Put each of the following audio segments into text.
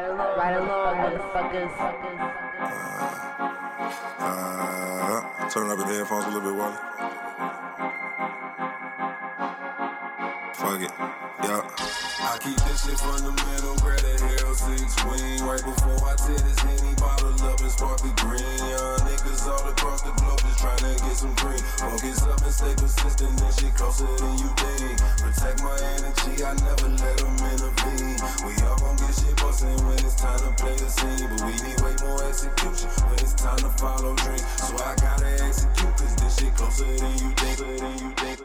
Ride along, motherfuckers. Uh, turn up the headphones a little bit, Wally. Fuck it. Yeah. I keep this shit from the middle, grab the Hell Six Wing. Right before I tear this Henny bottle up and spark the green. Young niggas all across the globe just trying to get some green. Focus up and stay persistent, this shit closer than you think. Protect my energy, I never let them intervene. We all gon' get shit bustin' when it's time to play the scene. But we need way more execution when it's time to follow dreams. So I gotta execute, cause this shit closer than you think. Closer than you think.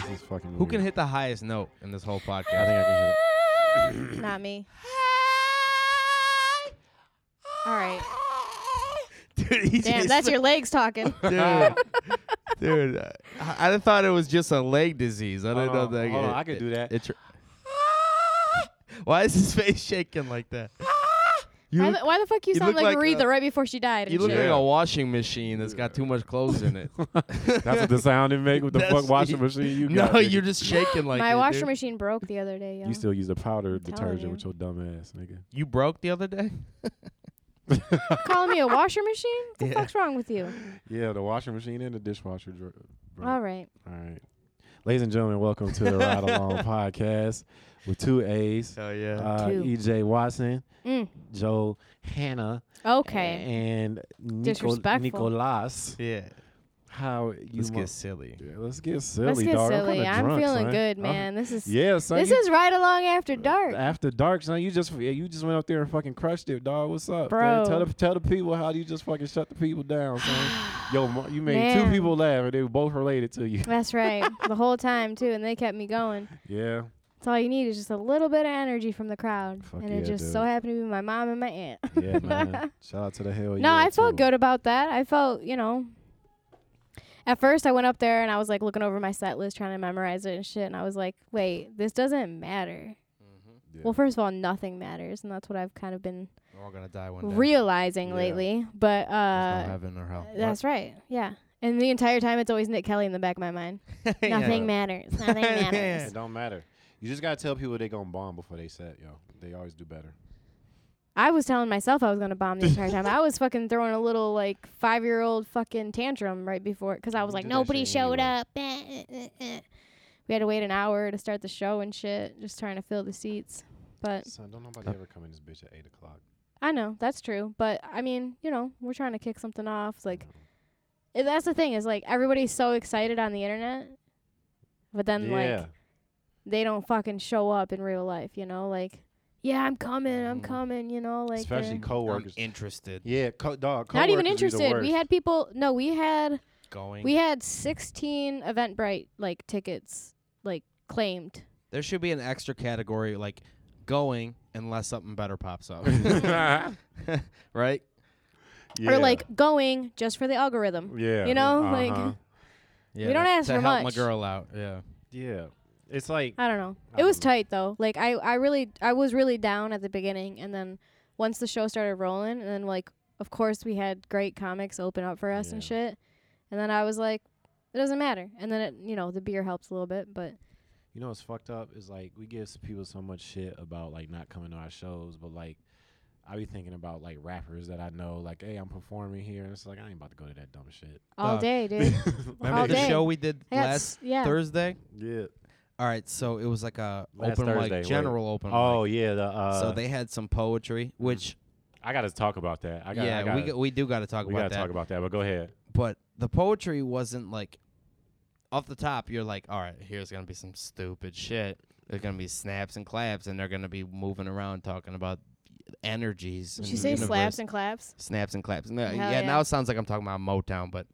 This is fucking. Who can hit the highest note in this whole Mm. I podcast? think I can hit it. Not me. All right. Dude, he's- Damn, he's- that's your legs talking. dude. dude, I, I done thought it was just a leg disease. I didn't Hold know on, that. hold on, it- I could do that. it- tr- Why is his face shaking like that? You Why look, the, why the fuck you, you sound look like, like Aretha a- right before she died? you and look shit? like a washing machine that's got too much clothes in it. That's what the sound it make with the That's- fuck washing machine. You got, no, nigga. you're just shaking like My it, washer dude. machine broke the other day. Yo. You still use the powder telling detergent with your dumb ass, nigga. You broke the other day. calling me a washer machine? What the Yeah. fuck's wrong with you? Yeah, the washing machine and the dishwasher. Dr- bro. All right. All right. Ladies and gentlemen, welcome to the Ride Along podcast with two A's. Oh yeah. Uh, Two. EJ Watson, Mm. Joe Hannah, Okay. and Nico- Disrespectful. Nicolas. yeah. How you Let's mo- get silly. Yeah, let's get silly, Let's get dog. silly. I'm, I'm, kinda drunk, feeling son. good, I'm- man. This is Uh, yeah, son. this you- is right along after dark. After dark, son, you just yeah, you just went up there and fucking crushed it, dog. What's up, Bro. man? Tell the tell the people how you just fucking shut the people down, son. Yo, mo- you made Man. two people laugh, and they were both related to you. That's right. the whole time too, and they kept me going. yeah, So all you need is just a little bit of energy from the crowd, Fuck and it yeah, just so dude. happened to be my mom and my aunt. yeah, man. Shout out to the hell. No, yeah I felt crew. good about that. I felt, you know, at first I went up there and I was like looking over my set list, trying to memorize it and shit. And I was like, wait, this doesn't matter. Yeah. Well, first of all, nothing matters. And that's what I've kind of been We're all gonna die one day. realizing Yeah. lately. But There's no uh, heaven or hell. that's right. Yeah. And the entire time it's always Nick Kelly in the back of my mind. Nothing matters. Nothing matters. It don't matter. You just gotta tell people they gonna bomb before they set, yo. They always do better. I was telling myself I was going to bomb the entire time. I was fucking throwing a little like five year old fucking tantrum right before because I was You like, do that nobody shit showed anyway. up. Eh, eh, eh, eh. We had to wait an hour to start the show and shit, just trying to fill the seats. But Son, don't nobody ever come in this bitch at eight o'clock. I know that's true. But I mean, you know, we're trying to kick something off. It's Like, eh, that's the thing is like everybody's so excited on the internet, but then yeah, like they don't fucking show up in real life. You know, like, yeah, I'm coming, I'm Mhm. coming. You know, like they're- Mm. especially I'm coworkers. interested. yeah, co- dog. not even coworkers be the interested. We worst. had people. No, we had Going. we had 16 Eventbrite like tickets like claimed. there should be an extra category like going unless something better pops up. right? yeah. Or like going just for the algorithm. yeah, Uh-huh. you know, like- Yeah. We don't to- ask to for help much. my girl out. Yeah. yeah, it's like I don't know. I it was don't tight though. Like I I really I was really down at the beginning and then once the show started rolling and then like of course we had great comics open up for us and Yeah. shit. And then I was like it doesn't matter. And then it you know, the beer helps a little bit, but You know what's fucked up is like we give s- people so much shit about like not coming to our shows, but like I be thinking about like rappers that I know, like, hey, I'm performing here, and it's like I ain't about to go to that dumb shit. all Dog. day, dude. Remember All the day. show we did I got last s- yeah. Thursday? Yeah. All right, so it was like a Last open Thursday, mic, wait. general open Oh mic. yeah. The, uh, so they had some poetry, which I gotta talk about that. I gotta, yeah, I gotta, we g- we do got to talk we about gotta that. talk about that. But go ahead. but the poetry wasn't like off the top. You're like, all right, here's gonna be some stupid shit. There's gonna be snaps and claps, and they're gonna be moving around talking about energies. Did in you the say universe. slaps and claps? Snaps and claps. No, Hell yeah, yeah. now it sounds like I'm talking about Motown, but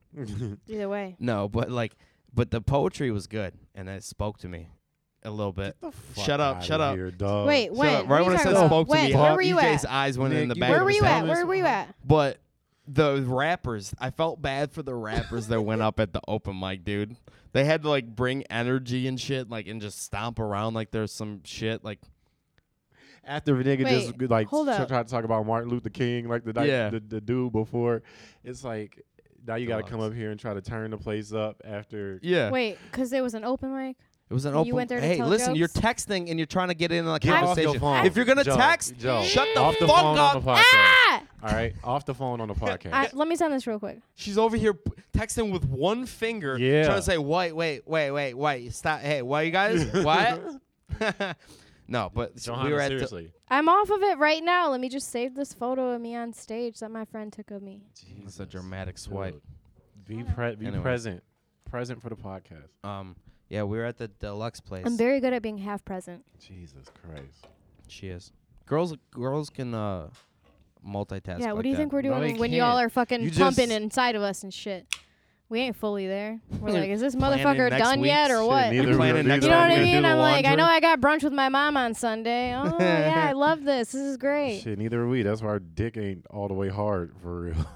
Either way. no, but like, but the poetry was good, and it spoke to me a little bit. The fuck Shut up, outta shut up. Here, dog. Wait, Shut when? up. Oh. Right What are you when I talking said about? spoke when? to me, Where were you EJ's at? eyes went in Nick, the you back. were of the Where were you side. at? Thomas. Where were you at? But the rappers, I felt bad for the rappers that went up at the open mic, dude. They had to like bring energy and shit, like and just stomp around like there's some shit. Like After the nigga Wait, just g- like hold tr- up. tried to talk about Martin Luther King, like the di- Yeah. the, the dude before, it's like now you gotta come Deluxe. up here and try to turn the place up after. yeah, Wait, 'cause there was an open mic. It was an You open. went there to hey, tell listen, you're jokes? texting and you're trying to get in on the Get off conversation. the phone. If you're gonna Joe, text, Joe, shut the off the fuck phone up. on the podcast. Ah! All right, off the phone on the podcast. I, let me send this real quick. She's over here p- texting with one finger, Yeah. trying to say, "Wait, wait, wait, wait, wait, stop! Hey, why you guys? what?" no, but Johanna, we were at the, seriously. I'm off of it right now. Let me just save this photo of me on stage that my friend took of me. That's a dramatic swipe. Dude, Be pre- be Anyway. present, present for the podcast. Um, yeah, we were at the deluxe place. I'm very good at being half present. Jesus Christ. she is. Girls, girls can uh, multitask. yeah, what like do you that. think we're No, doing you when y'all can't. are fucking You pumping just- inside of us and shit? We ain't fully there. We're like, is this Planning motherfucker next done week? yet or Shit, what? neither- You planning next know what I week. mean? I'm like, I know I got brunch with my mom on Sunday. Oh yeah, I love this. This is great. Shit, neither are we. That's why our dick ain't all the way hard for real.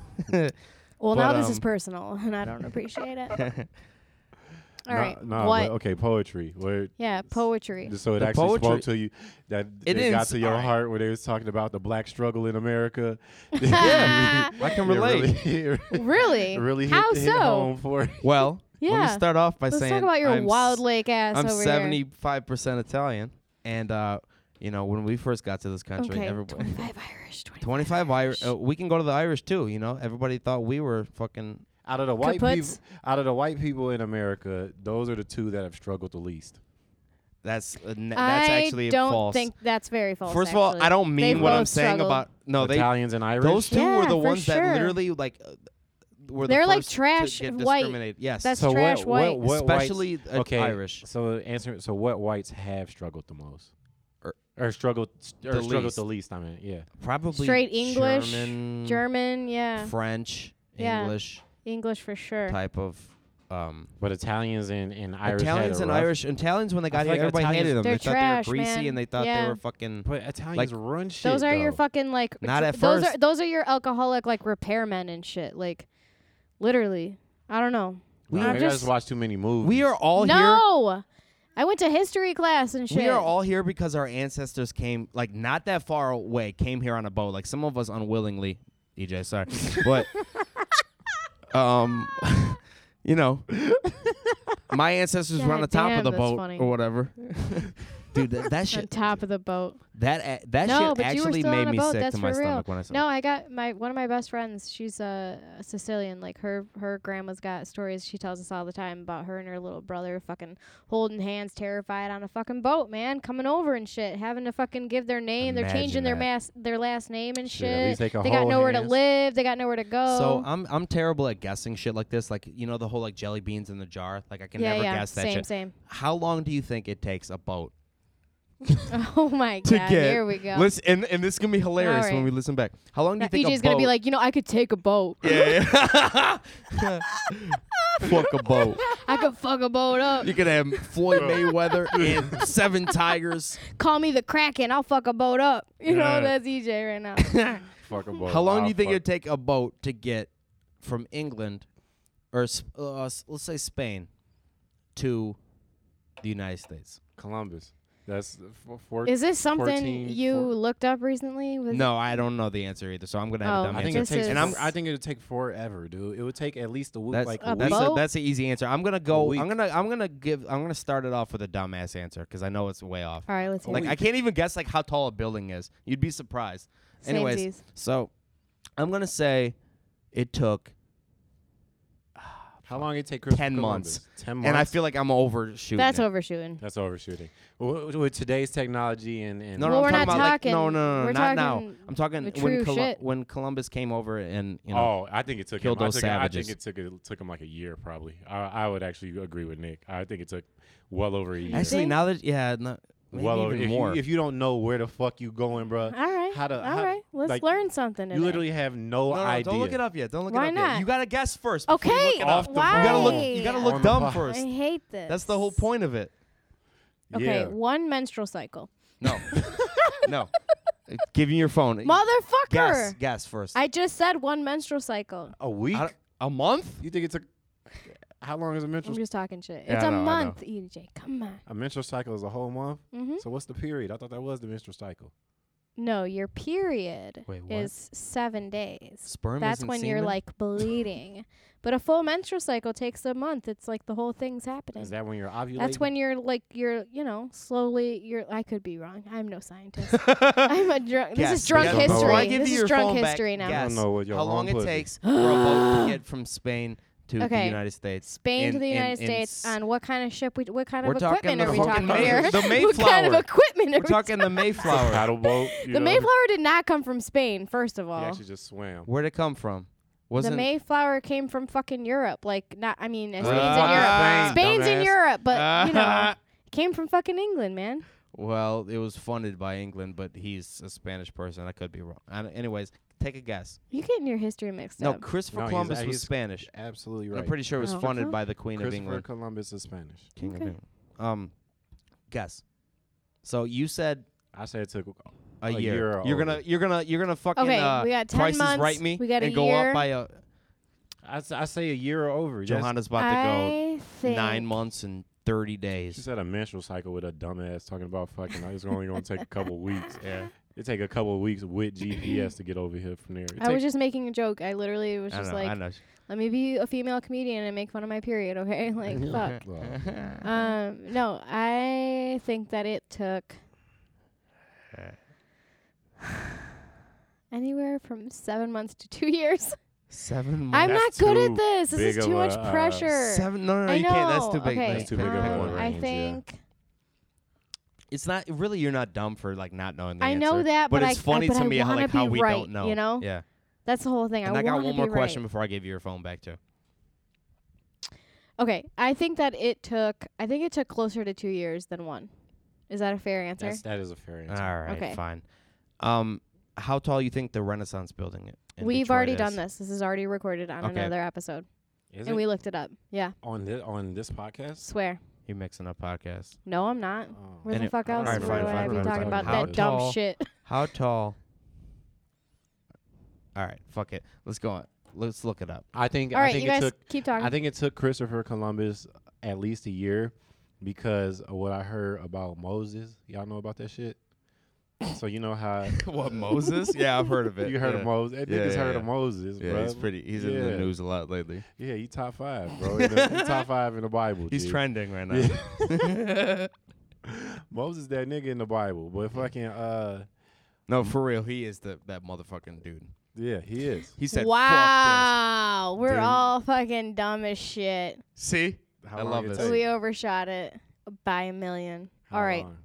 But, Well, now this is um, personal, and I don't appreciate it. All Nah- right, nah, what? but okay, poetry. Where yeah, poetry. so it The actually poetry- spoke to you that It it, got is, to your alright. heart where they was talking about the black struggle in America. Yeah. I can It relate. Really, Really? it really hit, How hit so? home for you. Well, let Yeah. me start off by Let's saying talk about your I'm wild lake ass I'm over here. 75 percent Italian, and uh, you know when we first got to this country, Okay, everybody 25 Irish. 25. 25 Irish. Uh, we can go to the Irish too. You know, everybody thought we were fucking. out of the white people Kaputs. out of the white people in America, those are the two that have struggled the least. That's uh, n- that's I actually don't false. think that's very false. First of all, actually. I don't mean They've what I'm both saying struggled. about no. They Italians and Irish. those two were Yeah, the for ones sure. that literally like uh, were. They're the like first trash to get white. discriminated. Yes, That's so trash what, white. what, what whites- especially uh, okay, Irish. So answer. So what whites have struggled the most, Or- or, struggled or Er, The struggled least. the least? I mean, yeah. Probably Straight English, German, German, yeah, French, Yeah. English English for sure. type of. Um, But Italians and and Irish had Italians a and rough- Irish Italians when they got here, feel like everybody Italians- hated them. They're they thought trash, they were greasy man. and they thought Yeah. they were fucking. But Italians run shit. those are your though. fucking like. Not at those first. are those are your alcoholic like repairmen and shit. Like, literally, I don't know. We We I are just just- watch too many movies. We are all here. no, I went to history class and shit. We are all here because our ancestors came like not that far away, came here on a boat. Like some of us unwillingly, EJ, sorry, but um, you know, my ancestors were on the God top damn, of the that's boat funny. or whatever. Dude, that, that on shit, top of the boat. that a- that shit no, but you were actually still made on a me boat. sick That's to my for real. stomach when I saw. no, it. I got my one of my best friends. She's a uh, Sicilian. Like her her grandma's got stories she tells us all the time about her and her little brother fucking holding hands, terrified on a fucking boat, man, coming over and shit, having to fucking give their name. They're Imagine changing their that. mass their last name and shit. Shit, at least they can got hold nowhere to hands. live. They got nowhere to go. So I'm I'm terrible at guessing shit like this. Like you know the whole like jelly beans in the jar. Like I can yeah, never yeah, guess that same, shit. same. How long do you think it takes a boat Oh my to god, get? here we go. Listen, and, and this is gonna be hilarious All right. when we listen back. How long do now, you think EJ's a boat? gonna be like, you know, I could take a boat. yeah, yeah. fuck a boat. I could fuck a boat up. You could have Floyd Mayweather and seven tigers. Call me the Kraken. I'll fuck a boat up. You know, Yeah. that's EJ right now. Fuck a boat. How long do I'll you think fuck- it'd take a boat to get from England, or s- uh, s- let's say Spain, to the United States? Columbus? That's uh, f- four. Is this something 14, you four- looked up recently? Was No, I don't know the answer either, so I'm gonna have Oh, a dumb I I think answer. This it takes, is- and I'm, I think it'd take forever, dude. It would take at least a week, That's like A a that's week. a, boat? that's an easy answer. I'm gonna go. week. I'm gonna I'm gonna give. I'm gonna start it off with a dumbass answer because I know it's way off. All right, let's hear Like it. I can't even guess like how tall a building is. You'd be surprised. Anyways, Samesies. so I'm gonna say it took, How long it take? Christopher 10 months. Columbus? Ten months. and I feel like I'm overshooting. That's it. overshooting. that's overshooting. With, with today's technology and, and No, Well, no, we're I'm talking not about like, no, talking- no, no, we're not now. talking I'm talking the when true Colu- shit. when Columbus came over and you know. Oh, I think it took killed him. I those took- I savages. think it took it took him like a year, probably. I, I would actually agrally with Nick. I think it took well over a year. Actually, think? now that yeah, no, maybe well over even if more. You, if you don't know where the fuck you going, bro, All right. how to- all how- right. Let's like, learn something. you today. literally have no, no, no, idea. don't look it up yet. Don't look Why it up not? yet. You gotta guess first. before you Okay. look it up. why? You gotta look. You gotta On look the dumb pod. I first. hate this. That's the whole point of it. Okay, Yeah. one menstrual cycle. No, no. Uh, Give me your phone. Motherfucker. Guess, guess first. I just said one menstrual cycle. A week? I don't- a month? You think it took? How long is a I'm menstrual? just talking shit. Yeah, It's I a know, I know. month, EJ. Come on. A menstrual cycle is a whole month. Mhm. So what's the period? I thought that was the menstrual cycle. No, your period Wait, what? is seven days. Sperm That's isn't when you're semen? like bleeding. but a full menstrual cycle takes a month. It's like the whole thing's happening. Is that when you're ovulating? That's when you're like you're you know slowly you're I could be wrong. I'm no scientist. I'm a drunk. This Guess. is drunk I don't know. Before I history. give This you is your drunk phone back, history now. guess. I don't know what your How long long it pussy- takes for a boat to get from Spain to the Okay. United States? Spain to in- the in- United in States s- on what kind of ship? We, what kind We're of talking equipment the are we fucking talking May- here? the what kind of Mayflower. equipment are We're talking the Mayflower. paddle boat. you The know? Mayflower did not come from Spain, first of He all. actually just swam. Where'd it come from? Wasn't The Mayflower came from fucking Europe. Like, not, I mean, Spain's in fucking Europe. Spain, Spain's in dumbass. Europe, but, you know, Uh, it came from fucking England, man. Well, it was funded by England, but he's a Spanish person. I could be wrong. I don't- anyways, take a guess. You getting your history mixed No, up. Christopher No, he's- Columbus uh, was he's Spanish. Absolutely And right. I'm pretty sure it was Oh. funded Okay. by the Queen of Christopher England. Columbus is Spanish. King of Okay. England. Um, guess. So you said I said it took a, A year. year you're gonna older. you're gonna you're gonna fucking Okay, uh, we got 10 prices months, right me we got a and go year. up by a I, s- I say a year or over. Yes. Johanna's about to I go think nine months and thirty She days. said a menstrual cycle with a dumbass talking about fucking. It's only gonna take a couple weeks. Yeah. It take a couple weeks with GPS to get over here from there. It I was take- just making a joke. I literally was I just know, I like, know. let me be a female comedian and make fun of my period, okay? Like, fuck. Well, Um, no, I think that it took anywhere from seven months to two years. Seven months. I'm not That's good too at this. This big is too of much a, uh, pressure. Seven? No, no, no I you know. can't. That's too big. Okay. That's too big of Pick a one. um, range, I yeah. think It's not really. You're not dumb for like not knowing the I answer. know that, but, but it's I- I- funny but to I me how wanna like how be we right, don't know. you know? Yeah. that's the whole thing. And I, got wanna one more be question right. before I give you your phone back too. Okay, I think that it took. I think it took closer to two years than one. Is that a fair answer? that's, that is a fair All answer. right, Okay. fine. Um, how tall you think the Renaissance building? i- in We've Detroit already is? done this. This is already recorded on Okay. another episode, Is and it we looked it up. Yeah, on this on this podcast? swear. You're mixing up podcasts. No, I'm not. Oh. Where Any- the fuck all else right, would fine, I fine, be fine, talking fine. about How that dumb tall- shit? How tall? All right, fuck it. Let's go on. Let's look it up. I think All I right, think you it guys took keep talking. I think it took Christopher Columbus at least a year because of what I heard about Moses. Y'all know about that shit? so you know how what Moses? Yeah, I've heard of you heard of Moses. That Yeah, nigga's yeah, heard yeah. of Moses, bro. Yeah, he's pretty. He's in the Yeah. news a lot lately. Yeah, he top five, bro. He the- he top five in the Bible. He's G. trending right now. Moses that nigga in the Bible. But fucking uh no, for real, he is the that motherfucking dude. yeah, he is. He said, "Fuck wow, we're Dude. all fucking dumb as shit. this." See, How I long love it this. take? We overshot it by a million. How all right. long?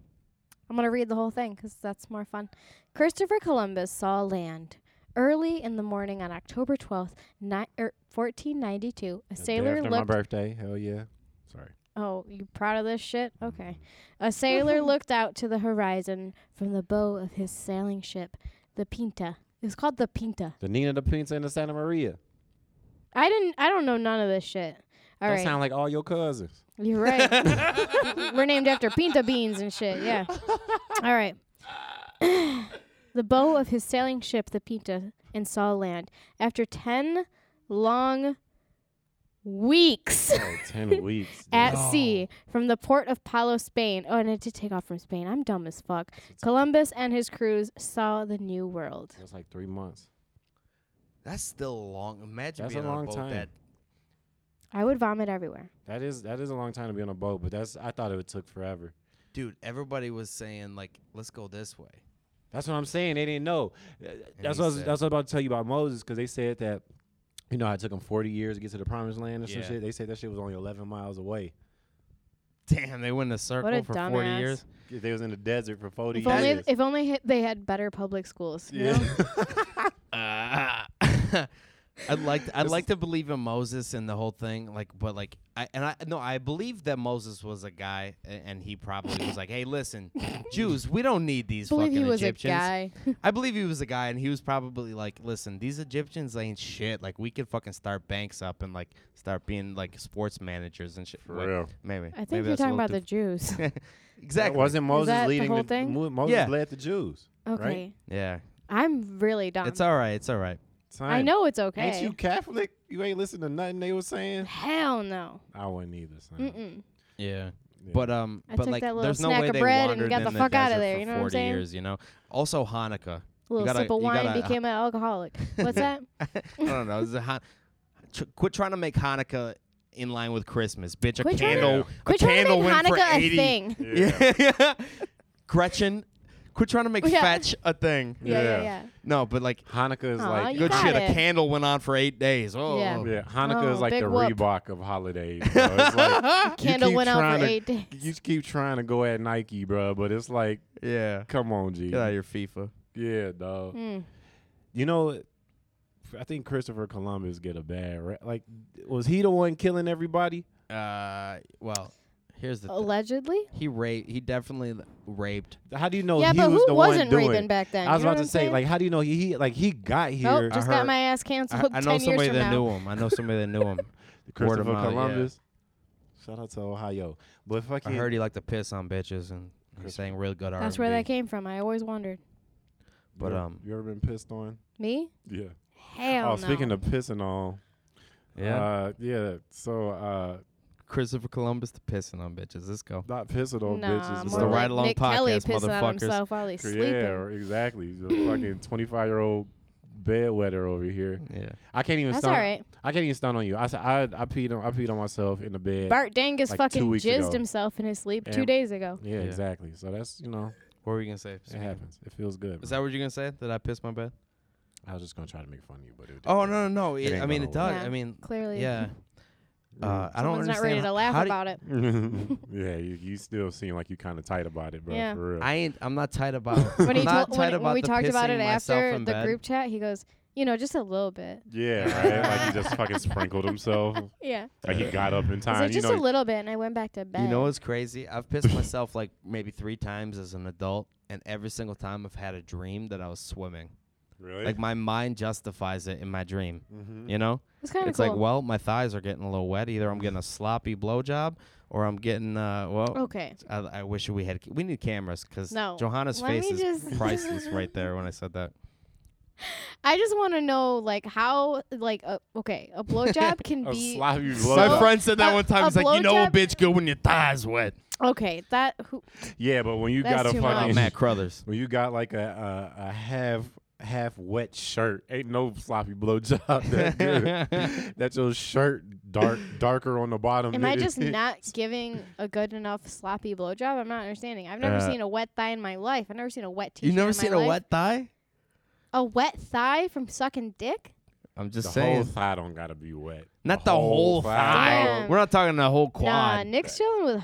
I'm going to read the whole thing 'cause that's more fun. Christopher Columbus saw land. Early in the morning on October 12th, ni- er, 1492, a The day sailor after looked. my birthday. Hell yeah. Sorry. Oh, you proud of this shit? Mm-hmm. Okay. A sailor looked out to the horizon from the bow of his sailing ship, the Pinta. It's called the Pinta. The Nina the Pinta and the Santa Maria. I didn't. I don't know none of this shit. All that right. sound like all your cousins. You're right. We're named after pinta beans and shit. Yeah. All right. the bow of his sailing ship, the Pinta, and saw land. After 10 long weeks Oh, ten weeks. at sea from the port of Palo, Spain. Oh, and it did take off from Spain. I'm dumb as fuck. Columbus and his crews saw the New World. That's like three months. That's still long. Imagine That's a being on long a boat time. that I would vomit everywhere. That is that is a long time to be on a boat, but that's I thought it would took forever. dude. Everybody was saying like, "Let's go this way." That's what I'm saying. They didn't know. Uh, That's he what, I was, said- that's what I was about to tell you about Moses because they said that, you know, how it took him 40 years to get to the promised land or some Yeah. shit. They said that shit was only 11 miles away. Damn, they went in a circle a for forty dumbass. years. They was in the desert for 40 If only, years. if only hi- they had better public schools. you know? Ah. I'd like to, I'd like to believe in Moses and the whole thing, like, but like, I and I no, I believe that Moses was a guy, a- and he probably was like, "Hey, listen, Jews, we don't need these believe fucking he was Egyptians." a guy. I believe he was a guy, and he was probably like, "Listen, these Egyptians ain't shit. Like, we could fucking start banks up and like start being like sports managers and shit." For Wait, real. maybe. I think maybe you're that's a talking about little the Jews. too- exactly. Wasn't Moses that the leading whole thing? Mo- Moses Yeah. led the Jews. Okay. Right? yeah, I'm really dumb. it's all right. It's all right. I Son, know it's okay. Ain't you Catholic? You ain't listen to nothing they was saying. Hell no. I wasn't either. Son. Mm-mm. Yeah. But um, I but took like, that little there's no snack way of they bread and wandered got in the fuck outta desert there, for you know what I'm 40 saying? years, you know. Also Hanukkah. A little gotta- sip of you wine gotta- became an alcoholic. What's that? I don't know. This is a Han- tr- quit trying to make Hanukkah in line with Christmas, bitch. Quit a trying to- candle, Quit a trying to candle make went for Hanukkah 80. a thing. Yeah. Gretchen, quit trying to make Yeah. fetch a thing. Yeah, yeah, Yeah. yeah. No, but like Hanukkah is Aw, like you good got shit. it. A candle went on for eight days. Oh, Yeah. Yeah, Hanukkah Oh, is like big the whoop. Reebok of holidays. Bro. It's like, you Candle keep went out trying for to- eight days. You keep trying to go at Nike, bro, but it's like, yeah. come on, G. Get out of your FIFA. Yeah, dog. Mm. You know, I think Christopher Columbus get a bad rap. Like, was he the one killing everybody? Uh, well, here's the. thing. Allegedly? he raped. He definitely raped. How do you Oh, know yeah, he but was who the wasn't one doing? raping back then? I was You know about what to I'm say, saying? like, how do you know he, he- like he got oh, here? just heard- got my ass I, canceled I know ten years somebody from that now. knew him. I know somebody that knew him. Word Christopher of mouth, yeah. Columbus. Shout out to Ohio, but I fucking heard he liked to piss on bitches and he Chris- sang real good R. That's where that came from. I always wondered. But you, um, you ever been pissed on? Me? Yeah. Hell oh, no. speaking of pissing on, yeah. uh, yeah. So uh, Christopher Columbus to pissing on bitches. Let's go. not pissing on nah, bitches. more It's the like Ride Along Nick Kelly podcast, pissing motherfuckers. on himself while he's yeah, sleeping. or- exactly. The fucking twenty-five year old bedwetter over here. Yeah. I can't even. That's all stun, right. I can't even stun on you. I s- I I peed on I peed on myself in the bed. Bart Dangus Like two fucking weeks jizzed ago. himself in his sleep two And- days ago. Yeah, Yeah. exactly. So that's you know What were you gonna say? it happens. It feels good. Is that what you're gonna say? That I pissed my bed? I was just gonna try to make fun of you, but it didn't Oh work. no no no! It It, ain't I mean gonna it does. work. I mean Clearly. yeah. Mm. Uh, I don't Someone's not ready understand to how- laugh how do- about it. Uh, yeah, you, you still seem like you kind of tight about it, bro. Yeah. For real. I ain't. I'm not tight about. When he I'm not tight told, when, about when we the talked about pissing it myself after in the bed. group chat, he goes, "You know, just a little bit." yeah, right. like he just fucking sprinkled himself. Yeah. Like he got up in He's time. like, you just know, a little bit, and I went back to bed. You know what's crazy? I've pissed myself like maybe three times as an adult, and every single time I've had a dream that I was swimming. really. Like mm-hmm. my mind justifies it in my dream. Mhm. You know, it's kind of it's cool. like, well, my thighs are getting a little wet. Either I'm getting a sloppy blowjob, or I'm getting uh, well, okay. I, I wish we had. ca- We need cameras because Oh. No. Johanna's Let me face is just- priceless right there when I said that. I just want to know, like, how, like, a, okay, a blowjob can a be. sloppy blow. My job. friend said that one a- one time, a he's like, "You know a blowjob- bitch good when your thighs wet." Okay, that. Who, yeah, but when you That's got a too Oh, much. fucking Matt Crothers. when you got like a a, a half half wet shirt, ain't no sloppy blowjob that good. That's your shirt dark darker on the bottom. am than I it just is. not giving a good enough sloppy blowjob? I'm not understanding. I've never Uh, seen a wet thigh in my life. I've never seen a wet t You shirt. never seen a wet thigh? A wet thigh from sucking dick? I'm The just whole saying, thigh don't gotta be wet. not the whole thigh. Damn. We're not talking the whole Nah, quad. Oh Nick's chilling with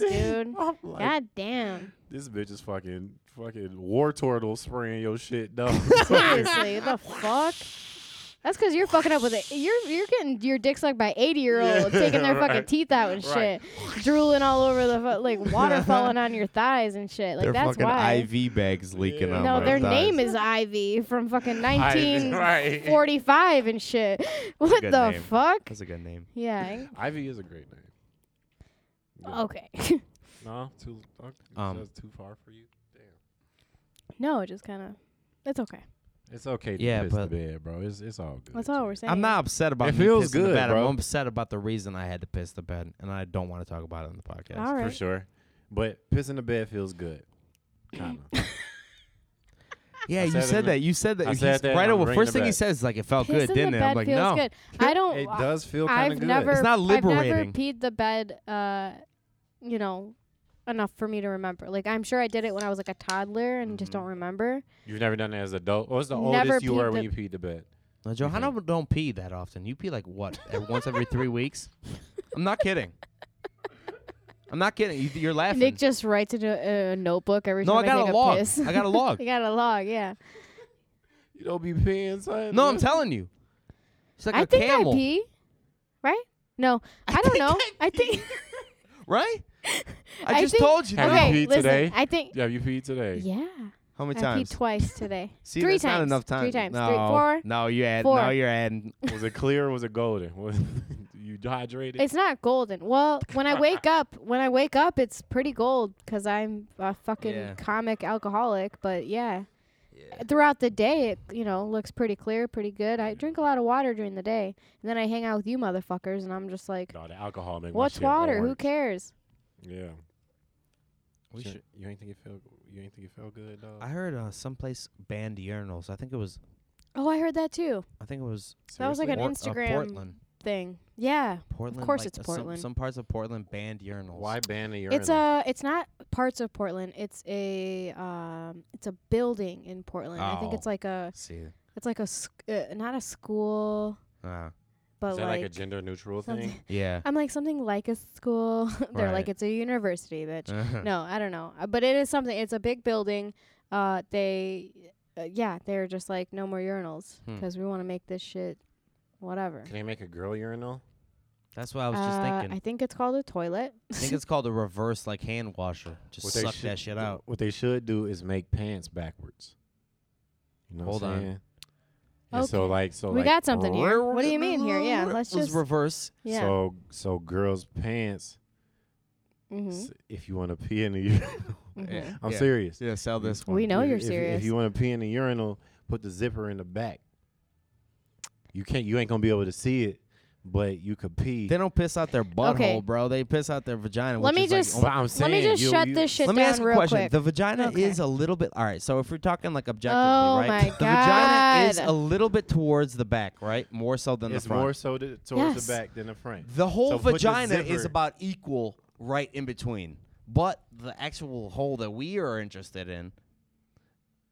dude. I'm like, God damn. This bitch is fucking fucking war turtle spraying your shit though. Seriously, the fuck? That's because you're fucking up with it. You're you're getting your dick sucked by 80 year olds, Yeah, taking their fucking right. teeth out and Right. shit, drooling all over the fu- like water falling on your thighs and shit. Like They're that's fucking why. IV bags leaking Yeah. out. no, my their thighs. name is Ivy from fucking 1945 right. and shit. What good the name. fuck? That's a good name. Yeah. Ivy is a great name. Yeah. Okay. No, too. Okay. Um, that's too far for you. Damn. no, it just kind of. It's okay. It's okay. To Yeah, piss the but- bed, bro. It's it's all good. That's all we're G. saying. I'm not upset about It me feels pissing the good, bed. bro. I'm upset about the reason I had to piss the bed, and I don't want to talk about it in the podcast. All for right. sure. But pissing the bed feels good. Kinda. Yeah, I you said it said in- that. You said that. I He's said that, right I'm away. ringing First the thing he bell. says is like, "It felt Piss good, in didn't the it?" I'm bed like, feels "No." good. Oh, I don't. it does feel kind I've of good. never. It's not I've never liberating. peed the bed. Uh, you know, enough for me to remember. Like I'm sure I did it when I was like a toddler and just Mhm. Mm-hmm. don't remember. You've never done it as an adult. What was the Never oldest you were peed when the- you peed the bed? No, Johanna don't pee that often. You pee like what? at Once every three weeks? I'm not kidding. I'm not kidding. You, you're laughing. Nick just writes into a, a notebook every no, I time got take a log. piss. I got a log. you got a log, yeah. You don't be peeing, son. No, I'm telling you. It's like I a think camel, I pee, right? No, I, don't know. I think. right? I, I just think- told you. Have you no. okay, peed listen. today? I think. Yeah, you peed today. Yeah, How I many peed times? twice today. See, Three that's times. not enough time. Three times. No, Three, four. No, you add. Four. No, you're adding. Was it clear? or Was it golden? Was you hydrated? It's not golden. Well, when I wake up, when I wake up, it's pretty gold because I'm a fucking Yeah. comic alcoholic. But yeah. throughout the day, it you know looks pretty clear, pretty good. I drink a lot of water during the day, and then I hang out with you motherfuckers, and I'm just like, No, the alcohol make my what's shit water? Who orange. cares? Yeah. We Sure. should. You ain't think it feel? You ain't think it felt good though? I heard uh, someplace banned urinals. I think it was. Oh, I heard that too. I think it was That was like an Seriously? Port- uh, Instagram Portland. Thing. Yeah. Portland. course like, it's uh, Portland. Some, some parts of Portland banned urinals. Why ban the urinal? It's a. It's not parts of Portland. It's a. Um. It's a building in Portland. I think Oh. it's like a. See. It's like a. sc- Uh, not a school, Uh, but Is that like, like. a gender neutral something- thing? yeah. I'm like something like a school. They're like Right. it's a university, bitch. no, I don't know. Uh, But it is something. It's a big building. Uh, they, uh, yeah, they're just like no more urinals Hmm. because we want to make this shit, whatever. Can they make a girl urinal? That's what I was just Uh, thinking. I think it's called a toilet. I think it's called a reverse like hand washer. Just What they suck should- that shit out. What they should do is make pants backwards. You know Hold what on. I'm saying? And so Okay. like so we like, oh, got something here. What do you mean here? Yeah, let's It was just reverse. yeah. so so girls pants hmm s- if you want to pee in the urinal. mm-hmm. Yeah. I'm serious. Yeah, sell this one. We know If- you're if- serious. If you want to pee in the urinal, put the zipper in the back. You can't. You ain't gonna be able to see it, but you could pee. They don't piss out their butthole, Okay. bro. They piss out their vagina. Let which me is, like, just- only- but I'm Let saying, me just you- shut you- this shit Let down me ask a real question. quick. The vagina Okay. is a little bit. All right. So if we're talking like objectively, Oh right? my the vagina is God. a little bit towards the back, right? More so than It's the front. more so to, towards Yes. the back than the front. the whole So put the vagina is zipper- about equal, right in between. But the actual hole that we are interested in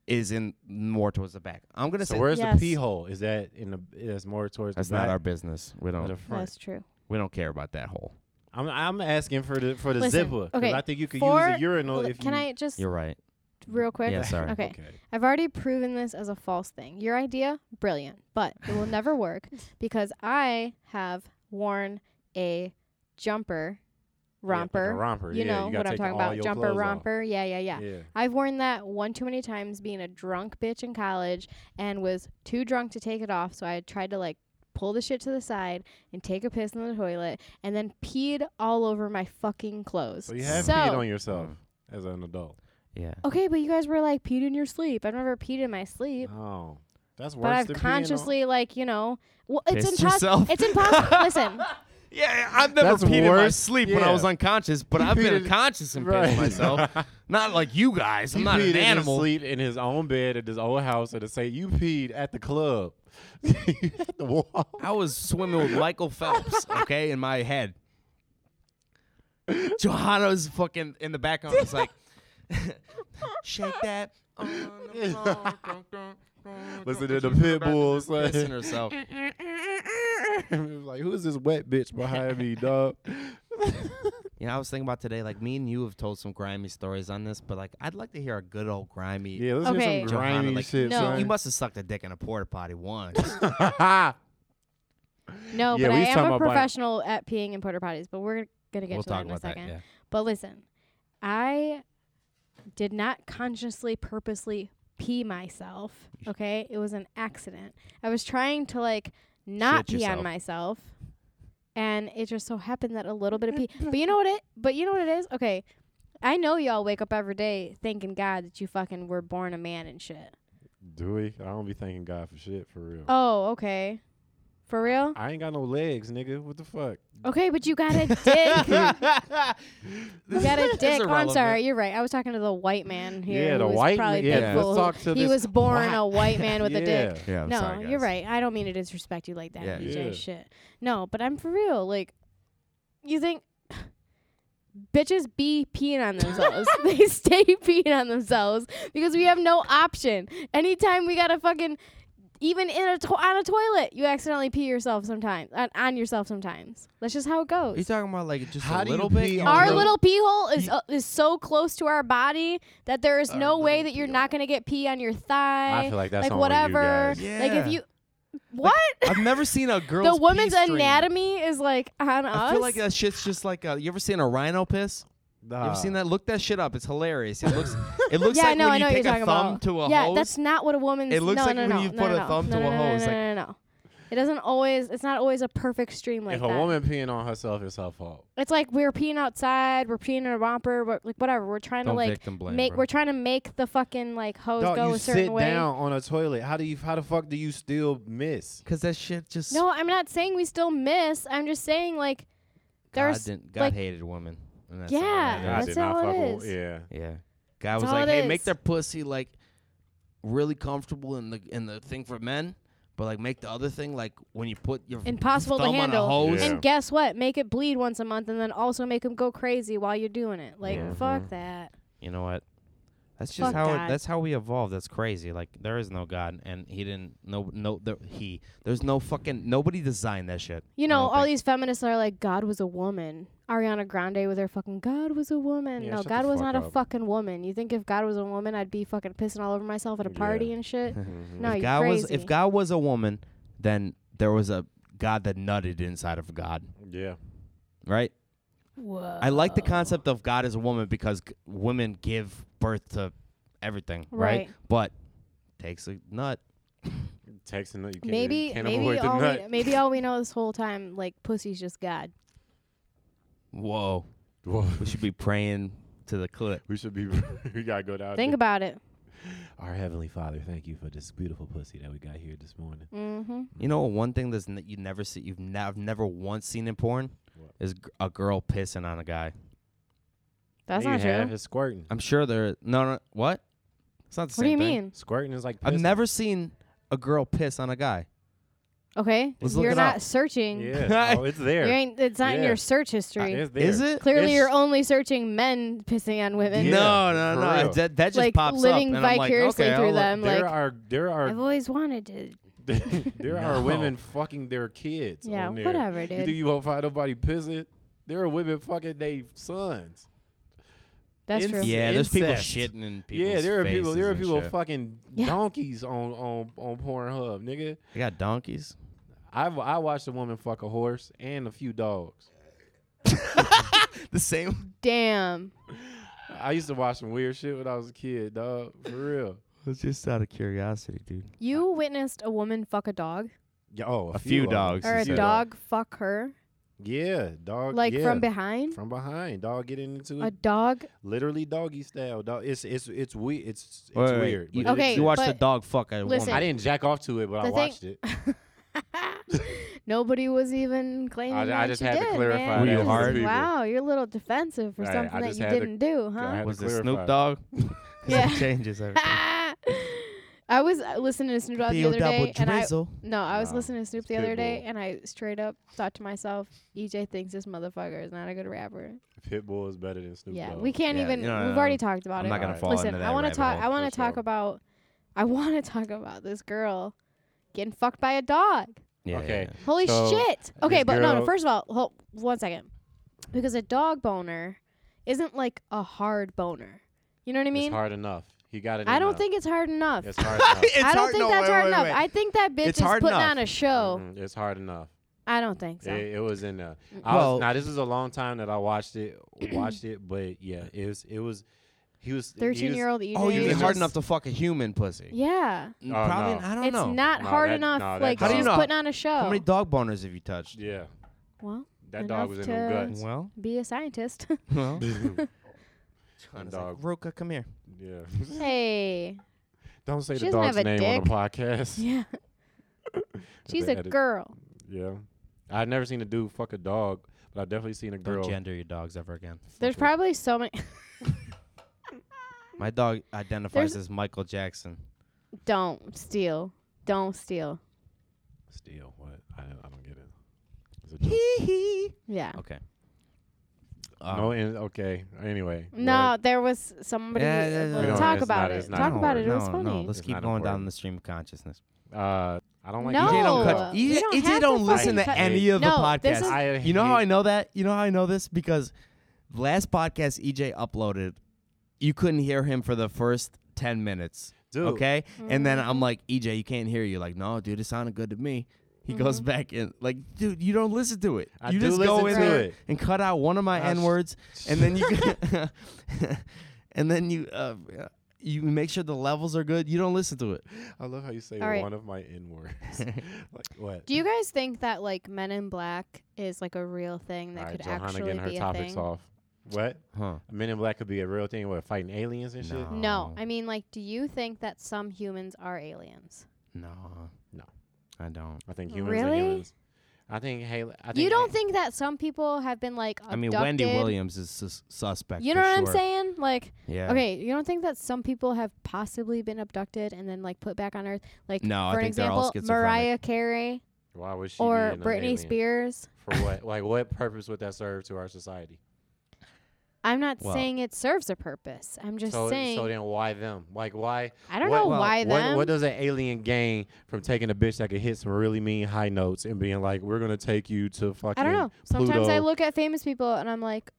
is in more towards the back. I'm gonna So say where's Yes. the pee hole? Is that in the? That's more towards that's the not back our business. We or don't. the That's front. true. We don't care about that hole. I'm I'm asking for the for the Listen, zipper. 'cause okay, I think you could for- use a urinal Well, if Can you. I just You're right. real quick? Yeah, sorry. Okay. I've already proven this as a false thing. Your idea, brilliant, but it will never work because I have worn a jumper Yeah, like a romper. romper. You yeah, know you gotta what I'm take talking all about. your Jumper clothes off. romper. Yeah, yeah, yeah. Yeah. I've worn that one too many times being a drunk bitch in college and was too drunk to take it off, so I tried to like pull the shit to the side and take a piss in the toilet and then peed all over my fucking clothes. So you have peed on yourself as an adult. Yeah. Okay, but you guys were like peed in your sleep. I've never peed in my sleep. Oh, that's worse but I've than peeing on- consciously like you know, well, it's Pissed impossible. yourself? It's impossible. Listen, Yeah, I've never That's peed in my worse. sleep when I Yeah. was unconscious, but I've peed been in- unconscious and Right. pissed myself. Not like you guys. I'm He not an peed In his animal. sleep in his own bed at his old house, and to say you peed at the club, at the wall. I was swimming with Michael Phelps, okay, in my head. Johanna's fucking in the background. It's like, shake that. on the floor, dun, dun, dun, Listen dun." to the She's pit about to bulls, just like- pissing herself. It was like, who is this wet bitch behind me, dog? You know, I was thinking about today, like me and you have told some grimy stories on this, but like I'd like to hear a good old grimy. Yeah, let's Okay. hear some Johanna, grimy like, shit. No. son. You must have sucked a dick in a porta potty once. no, Yeah, but we I was talking am a about buying- professional at peeing in porta potties. But we're gonna get we'll to that talk in a about that. second. Yeah. But listen, I did not consciously, purposely pee myself. Okay, it was an accident. I was trying to like not Shit pee on yourself. myself, and it just so happened that a little bit of pee. but you know what it? But you know what it is? Okay, I know y'all wake up every day thanking God that you fucking were born a man and shit. Do we? I don't be thanking God for shit for real. Oh, okay. For real? I ain't got no legs, nigga. What the fuck? Okay, but you got a dick. You got a It's dick. Oh, I'm irrelevant. sorry. You're right. I was talking to the white man here. Yeah, who the was white probably man- yeah, big let's fool. talk to He this was born white- a white man with a dick. Yeah. Yeah, I'm no, sorry, you're guys. right. I don't mean to disrespect you like that, Yeah. DJ. Yeah. Shit. No, but I'm for real. Like, you think bitches be peeing on themselves? they stay peeing on themselves because we have no option. Anytime we gotta fucking, even in a to- on a toilet, you accidentally pee yourself sometimes on, on yourself sometimes. That's just how it goes. You talking about like just How a do you little bit? pee on Our Yeah. little pee hole is uh, is so close to our body that there is no way that you're not gonna get pee on your thigh. I feel like that's like on you whatever. guys. Like Yeah. if you, what? I've never seen a girl. the woman's anatomy is like on us. I feel like that shit's just like a, you ever seen a rhino piss? Nah. You ever seen that? Look that shit up. It's hilarious. It looks. It looks yeah, like I know, when I know you what take you're a talking thumb about. to a yeah, hose. that's not what a woman's. It looks no, like no, when no, you no, put a no, thumb no, to no, a no, hose, No, like- no, no, no. It doesn't always. It's not always a perfect stream like if that. a woman peeing on herself, it's her fault. it's like we're peeing outside. We're peeing in a romper. We're, like whatever. We're trying Don't to like victim blame, make. bro. We're trying to make the fucking like hose Dog, go you a certain sit way. down on a toilet. How do you? How the fuck do you still miss? Cause that shit just. No, I'm not saying we still miss. I'm just saying like God, there's didn't, God like hated women. And that's all that Yeah, I is. that's did not all fuck it with- is. Yeah. Yeah. Guy That's was all like, it "Hey, is. make their pussy like really comfortable in the in the thing for men, but like make the other thing like when you put your Impossible to thumb handle. on a hose." Yeah. And guess what? Make it bleed once a month, and then also make them go crazy while you're doing it. Like Yeah. fuck that. You know what? That's just Fuck how God. that's how we evolved. That's crazy. Like there is no God, and he didn't. No, no, there, he. There's no fucking nobody designed that shit. You I know, don't all think. these feminists are like, God was a woman. Ariana Grande with her fucking God was a woman. Yeah, no, shut the God was fuck not a up. fucking woman. You think if God was a woman, I'd be fucking pissing all over myself at a Yeah. party and shit? Mm-hmm. No, if you're God crazy. was if God was a woman, then there was a God that nutted inside of God, Yeah. right? Whoa. I like the concept of God as a woman because g- women give birth to everything, right? Right. But takes a nut. Takes a nut. You can't, Maybe, can't maybe avoid the all we, nut. maybe all we know this whole time, like pussy's just God. Whoa, Whoa. we should be praying to the clit. We should be. we gotta go down. Think about it. Our heavenly Father, thank you for this beautiful pussy that we got here this morning. Mm-hmm. You know one thing that's n- you never see, you've ne- I've never once seen in porn What? is g- a girl pissing on a guy. That's you not true. have is squirting. I'm sure there. No, no, what? It's not the What same do you thing. mean? Squirting is like. I've pissing. never seen a girl piss on a guy. Okay, Let's look you're it not up. searching. Yeah. oh, it's You there. ain't. It's not in Yeah. your search Uh, history. it's there. Is it? Clearly, It's- you're only searching men pissing on women. Yeah, no, no, for no. real. That, that just Like, pops living up, and I'm like, vicariously okay, through I'll look- them. I'm There like- are there are I've always wanted to. there are No. women fucking their kids. Yeah, on there. whatever, You dude. think you won't find nobody pissing? There are women fucking their sons. That's true. Inse- Yeah, there's people Incest. shitting in people's yeah, there are people. There are faces and people shit. fucking Yeah. donkeys on on on Pornhub, nigga. They got donkeys. I I watched a woman fuck a horse and a few dogs. The same. Damn. I used to watch some weird shit when I was a kid, dog. For real. It's just out of curiosity, dude. You witnessed a woman fuck a dog, Yeah, oh, A few of 'em. dogs. or a Yeah. dog fuck her, Yeah, dog. like yeah. from behind. From behind, dog getting into A it, dog. literally doggy style. Dog, it's it's it's weird. It's it's Wait, wait, wait. weird. You, but it Okay, you exists. watched a but dog fuck a listen. I woman. didn't jack off to it, but I The thing- watched it. Nobody was even claiming I- I that just you had to did, clarify man. Were you This is- hard? people. Wow, you're a little defensive for Right, I something that just you had to- didn't do, I huh? had to Was it Snoop clarify. Dogg? 'Cause Yeah. it changes everything. I was uh, listening to Snoop Dogg the other day, and I no, I was No, listening to Snoop the it's other day, Pitbull. and I straight up thought to myself, EJ thinks this motherfucker is not a good rapper. Pitbull is better than Snoop Yeah, Dogg. we can't Yeah, even. you know, we've no, already talked about I'm it. not gonna Alright. fall Listen, into that I want to rabbit talk. hole, I want for to talk sure. about. I want to talk about this girl getting fucked by a dog. Yeah, Okay. yeah, Holy So, shit! Okay, this but no, no. girl- First of all, hold one second, because a dog boner isn't like a hard boner. You know what I it's mean? hard enough. He got it. I don't enough. think it's hard enough. it's hard enough. yeah. I don't hard- think no, that's wait, hard wait, enough. wait. I think that bitch It's is hard putting enough. on a show. Mhm, It's hard enough. I don't think Oh. so. It, it was in there. I was- Well- now this is a long time that I watched it, watched it, but yeah, it was. It was. He was he was- Thirteen-year-old EJ. Oh, you is mean hard just- enough to fuck a human pussy? Yeah, Mm, Oh, Probably. no. I don't it's know. not No, hard that- enough. no, that like dog- she's How do you putting on a show. How many dog boners have you touched? Yeah, well, that dog Enough was in to- them guts. Well, be a scientist. well. One It's like, dog. Ruka, come here. Yeah. hey. Don't say She the doesn't have dog's a name on dick. the podcast. Yeah. She's They a edit- girl. Yeah. I've never seen a dude fuck a dog, but I've definitely seen a girl. Don't gender your dogs ever again. There's fuck probably so many. My dog identifies There's- as Michael Jackson. Don't steal. Don't steal. a- Steal what? I, I don't get it. It's a joke. okay. Yeah. Um, no, and, okay. Anyway. No, what? there was somebody. Yeah, yeah, yeah. well, We don't- talk it's about not- it's it. not Talk about it. important. It was no, funny. no, let's It's keep not going down important. the stream of consciousness. Uh, I don't like. No. EJ don't, No, cut, E we EJ, don't EJ have don't to listen to fucking cut- any of the No, podcasts. this is- I uh, you know how I hate- know that? You know how I know this? Because last podcast EJ uploaded, you couldn't hear him for the first 10 minutes. Dude. Okay? And then Mm. I'm like, EJ, you can't hear you. Like, no, dude, it sounded good to me. He Mm-hmm. goes back in, like, dude, you don't listen to it. I you do just go in listen to there it. and cut out one of my Ah, sh- n words, and then you, and then you, uh, you make sure the levels are good. You don't listen to it. I love how you say All right. one of my N words. like what? Do you guys think that like Men in Black is like a real thing that All right, could Johanna actually getting be her a topics thing? off. What? Huh? Men in Black could be a real thing. What? Fighting aliens and shit. No, Oh. I mean like, do you think that some humans are aliens? No. No. I don't. I think humans Really? are humans. I think Haley. I think You don't Ha- think that some people have been like I mean, Wendy abducted? Williams is sus- suspect. You know for what I'm sure. saying? Like, Yeah. okay, you don't think that some people have possibly been abducted and then like put back on Earth? Like, No, I for an think they're all example, schizophrenic. Mariah Carey Why would she or be an Britney alien? Spears. For what? Like, what purpose would that serve to our society? I'm not Well- saying it serves a purpose. I'm just so, saying. so then why them? Like, why? I don't what- know why what, them. What does an alien gain from taking a bitch that could hit some really mean high notes and being like, "We're gonna take you to fucking"? I don't know. Sometimes Pluto. I look at famous people and I'm like,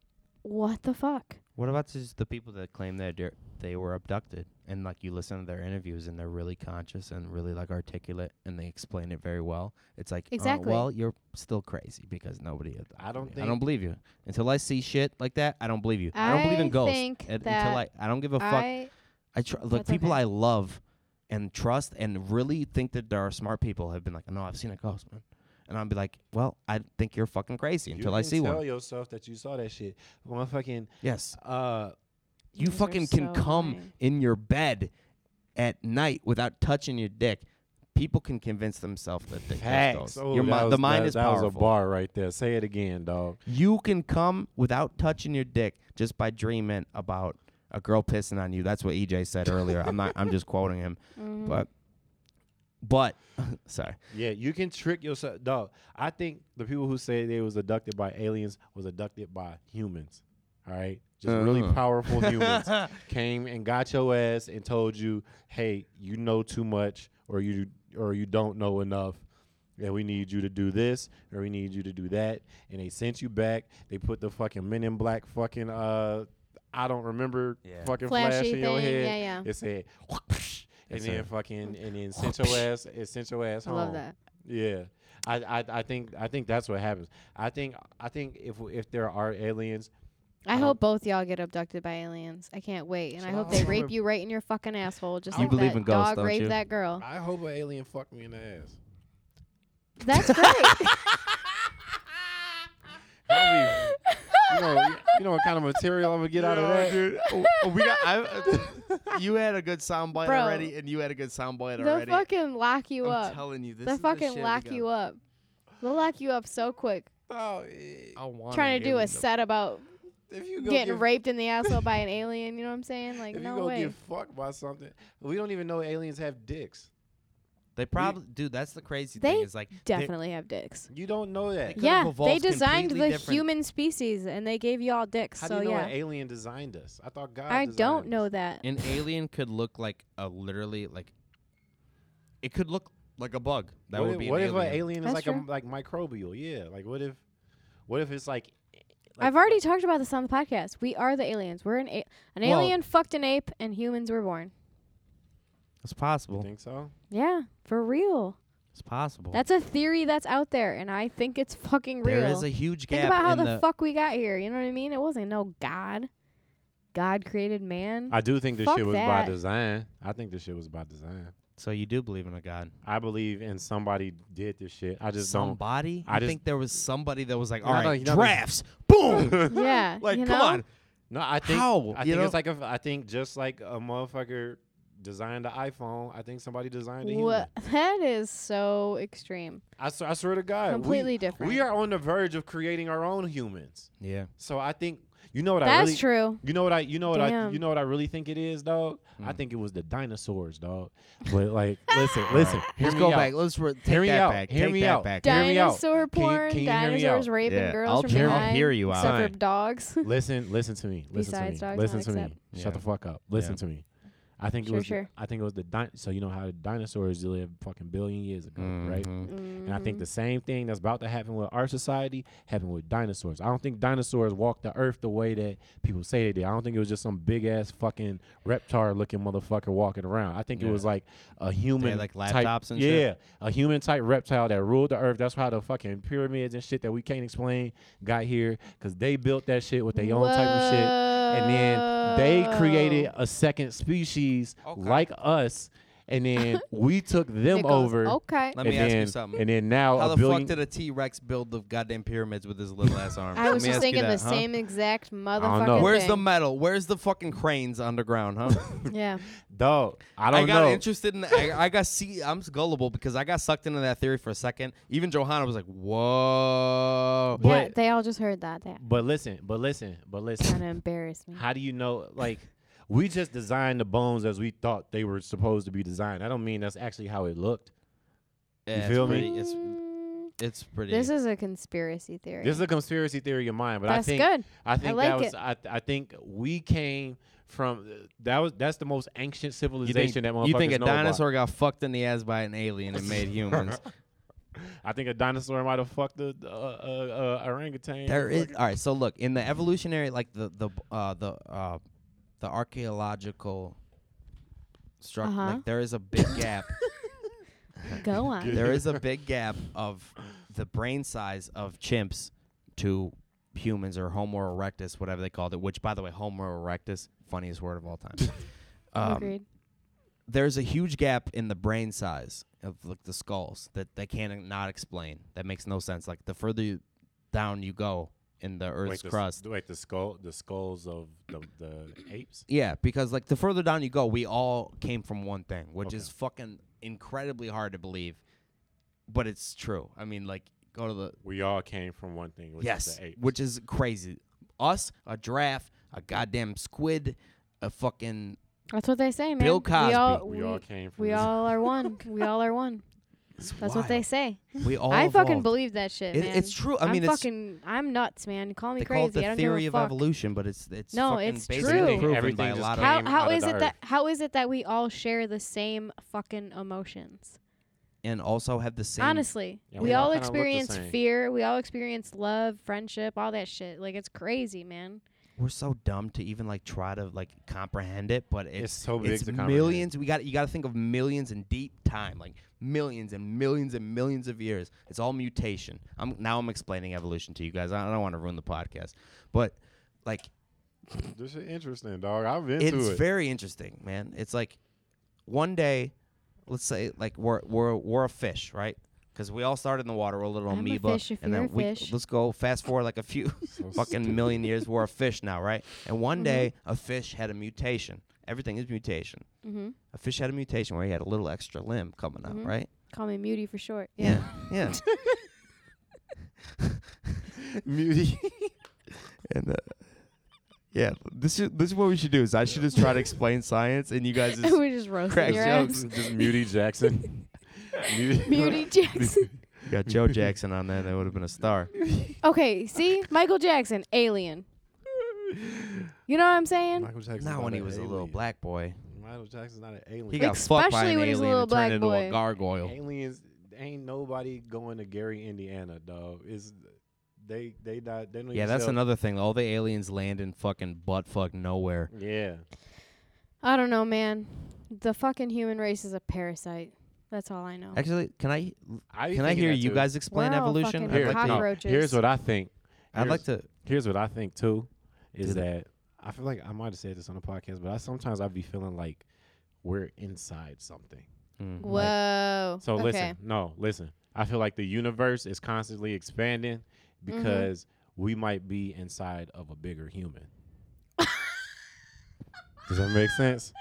what the fuck? What about just the people that claim that they're- they were abducted and like you listen to their interviews and they're really conscious and really like articulate and they explain it very well. It's like uh, Exactly. well, you're still crazy because nobody. abducted I don't you. I think- don't believe you until I see shit like that. I don't believe you. I, don't believe I in ghosts think and- that until I. I don't give a fuck. I I tr- look that's people okay. I love and trust and really think that there are smart people have been like, no, I've seen a ghost, man. And I'll be like, well, I think you're fucking crazy until you I can see tell one. yourself that you saw that shit. Motherfucking Yes. uh, You These are fucking can so come annoying. in your bed at night without touching your dick. People can convince themselves that they facts. Oh, your that mi- the was- mind that- is that was a powerful. bar right there. Say it again, dog. You can come without touching your dick just by dreaming about a girl pissing on you. That's what EJ said earlier. I'm not. I'm just quoting him. Mm-hmm. But, but, sorry. Yeah, you can trick yourself, dog. I think the people who say they was abducted by aliens was abducted by humans. All right, just really Uh-huh. powerful humans came and got your ass and told you, "Hey, you know too much, or you or you don't know enough." And we need you to do this, or we need you to do that. And they sent you back. They put the fucking Men in Black fucking uh, I don't remember Yeah. fucking Flashy flash in your thing, head. yeah, yeah. It said, and Yes, then sir. fucking and then sent your ass, it sent your ass I home. love that. Yeah, I, I I think I think that's what happens. I think I think if if there are aliens, I Um, hope both y'all get abducted by aliens. I can't wait, and I So hope I they don't rape remember- you right in your fucking asshole, just You like believe that in ghosts, dog don't raped you? that girl. I hope an alien fuck me in the ass. That's great. That'd be- you know, you know what kind of material I'm gonna get out of that. Oh, we got. uh, you had a good soundbite Bro. already, and you had a good soundbite They'll fucking lock you I'm up. telling you, this They'll is the fucking shit lock you up. They'll lock you up so quick. Oh, eh, Trying to do a set about if you go getting get, raped in the asshole by an alien. You know what I'm saying? Like, if you no go way. get fucked by something, we don't even know aliens have dicks. They probably, dude. That's the crazy They thing. Is like they- Definitely have dicks. You don't know that. They could've Yeah, they evolved designed the completely different- human species, and they gave y'all dicks. How so do you know yeah, an alien designed us? I thought God. I designed don't us. know that. An alien could look like a literally like. It could look like a bug. That what would if, be what an if alien. an alien is That's like true. a like microbial? Yeah, like what if, what if it's like. like- I've already talked about this on the podcast. We are the aliens. We're an a- an Well- alien fucked an ape, and humans were born. It's You possible. think so? Yeah, for real. It's possible. That's a theory that's out there, and I think it's fucking real. There is a huge gap Think about how in the, the. fuck we got here. You know what I mean? It wasn't no God. God created man. I do think this Fuck shit was that. by design. I think this shit was by design. so you do believe in a god? I believe in somebody did this shit. I just somebody? I I just- think there was somebody that was like, all Not right, like- not like- drafts, boom. yeah. like, you come know? on. don't. No, I think How? I You think know? it's like a, I think just like a motherfucker designed the iPhone. I think somebody designed a human. What? That is so extreme. I, s- I swear to God, Completely we, different. We are on the verge of creating our own humans. Yeah. So I think you know what I That's really true. You know what I you know what I Damn. you know what I really think it is, dog? Hmm. I think it was the dinosaurs, dog. But like listen, listen. hear Let's me go out. back. Let's re- take Hear me that out. back. Hear take me that out. back. Hear me out. Dinosaur Can you- porn, can you hear me dinosaurs out? raping Yeah, girls I'll from hear- I'll behind, hear you except out. for dogs. Listen, listen to me. Listen Besides to me. dogs, Listen not to me. except- Yeah. Shut the fuck up. Listen Yeah. to me. I think it Sure, was. the- sure. I think it was the di- so you know how the dinosaurs lived fucking billion years ago, right? Mhm. And I Mm, Mm-hmm. think the same thing that's about to happen with our society happened with dinosaurs. I don't think dinosaurs walked the earth the way that people say they did. I don't think it was just some big ass fucking reptar looking motherfucker walking around. I think it Yeah. was like a human like type- laptops and yeah, shit? a human type reptile that ruled the earth. That's how the fucking pyramids and shit that we can't explain got here because they built that shit with their own type of shit and then they created a second species Okay. like us and then we took them Nick goes, over. Okay. Let and me ask you then- something. And then now How a the billion. fuck did a T Rex build the goddamn pyramids with his little ass arms? I Let was me just ask you thinking that, the huh? same exact know. motherfucking Where's the thing. metal? Where's the fucking cranes underground, huh? yeah. Dog, I don't I got know. interested in. I, I got see. I'm gullible because I got sucked into that theory for a second. Even Johanna was like, "Whoa!" yeah, But- they all just heard that. That But listen, but listen, but kind listen. of embarrassed me. How do you know? Like, we just designed the bones as we thought they were supposed to be designed. I don't mean that's actually how it looked. Yeah, You it's feel me? pretty- It's Mm, it's pretty. this is a conspiracy theory. This is a conspiracy theory of mine, but That's I think good. I think like that was it. I, I think we came from that was that's the most ancient you civilization think, that motherfuckers you think a know about. dinosaur got fucked in the ass by an alien and made humans? I think a dinosaur might have fucked the uh, uh, uh, orangutan. There is all right. So look in the evolutionary, like the the uh, the uh, the archaeological structure. Uh-huh. Like there is a big gap. Go on. there is a big gap of the brain size of chimps to humans or Homo erectus, whatever they called it. Which, by the way, Homo erectus, funniest word of all time. Um, Agreed. there's a huge gap in the brain size of like the skulls that they can't e, not explain. That makes no sense. Like the further you, down you go in the Earth's crust, Wait, the skull, the skulls of the, the apes. Yeah, because like the further down you go, we all came from one thing, which is fucking incredibly hard to believe, but it's true. I mean, like go to the We all came from one thing, which is yes, the apes. which is crazy. Us, a giraffe, a goddamn squid, a fucking That's what they say, man. Bill Uh, We all, we, all came from. we the- all are one. We all are one. That's what they wild. say. we all. I fucking evolved. believe that shit, It- man. it's true. I mean, am it's fucking. I'm nuts, man. Call me they crazy. call it the I don't theory give of a fuck. evolution, but it's it's No, fucking it's basically true. proven Everything by a just lot of How came how out of is the it that how is it that we all share the same fucking emotions? and also have the same. Honestly, Yeah, we, we all all kinda look the experience same. fear. We all experience love, friendship, all that shit. Like it's crazy, man. we're so dumb to even like try to like comprehend it, but it's, so big it's to comprehend. millions. We got you got to think of millions in deep time, like millions and millions and millions of years. It's all mutation. I'm now I'm explaining evolution to you guys. I I don't want to ruin the podcast, but like This is interesting, dog. I've been it's to it. very interesting, man. It's like one day, let's say like we're we're we're a fish, right? Because we all started in the water. We're a little I'm a amoeba, fish if and you're then a we fish. let's go fast forward like a few fucking million years. We're a fish now, right? And one day, a fish had a mutation. Everything is mutation. Mm-hmm. A fish had a mutation where he had a little extra limb coming out, Mhm. right? Call me Muty for short. Yeah, yeah. Muty. and uh, yeah, this is this is what we should do. Is I should just try to explain science, and you guys Yeah. We're just roasting crack your jokes. ass. Just Muty Jackson. Muty Jackson. got Joe Jackson on there. That would have been a star. okay, see? Michael Jackson, alien. You know what I'm saying? Michael Jackson. Not when he was a little black boy. Michael Jackson's not an He alien. got fucked by Especially an when he's a alien little and black turned into boy. a gargoyle. Aliens ain't nobody going to Gary, Indiana, dog. Is they they not they don't Yeah, even that's sell- another thing. All the aliens land in fucking butt fuck nowhere. Yeah. I don't know, man. The fucking human race is a parasite. That's all I know. Actually, can I I be can I thinking hear that you too. guys explain We're all evolution? fucking I'd Here, like no, to, cockroaches. here's what I think. I'd like to Here's what I think too, is Do the- that I feel like I might have said this on the podcast, but I sometimes I be feeling like we're inside something. Mm, like- Whoa. So okay. listen, no, listen. I feel like the universe is constantly expanding Mm-hmm. because we might be inside of a bigger human. Does that make sense?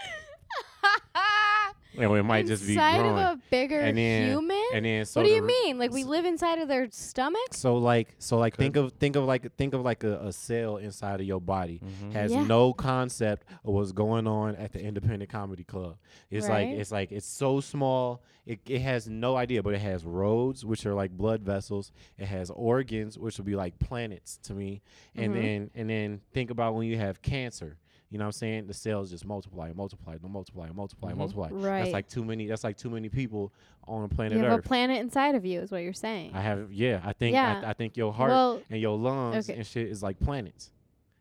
And we might just be Inside growing. of a bigger and then, human? and then so what do the you re- mean? Like we live inside of their stomachs? So like so like think of think of like think of like a, a cell inside of your body has Yeah. no concept of what's going on at the independent comedy club. It's Right. like it's like it's so small it, it has no idea, but it has roads which are like blood vessels. It has organs which would be like planets to me. And Mm-hmm. then and then think about when you have cancer. You know what I'm saying? The cells just multiply and multiply and multiply and multiply and multiply. Mm-hmm. Right. That's like too many that's like too many people on planet You have Earth. a planet inside of you, is what you're saying. I have, yeah. I think, Yeah. I, I think your heart Well, and your lungs okay. and shit is like planets,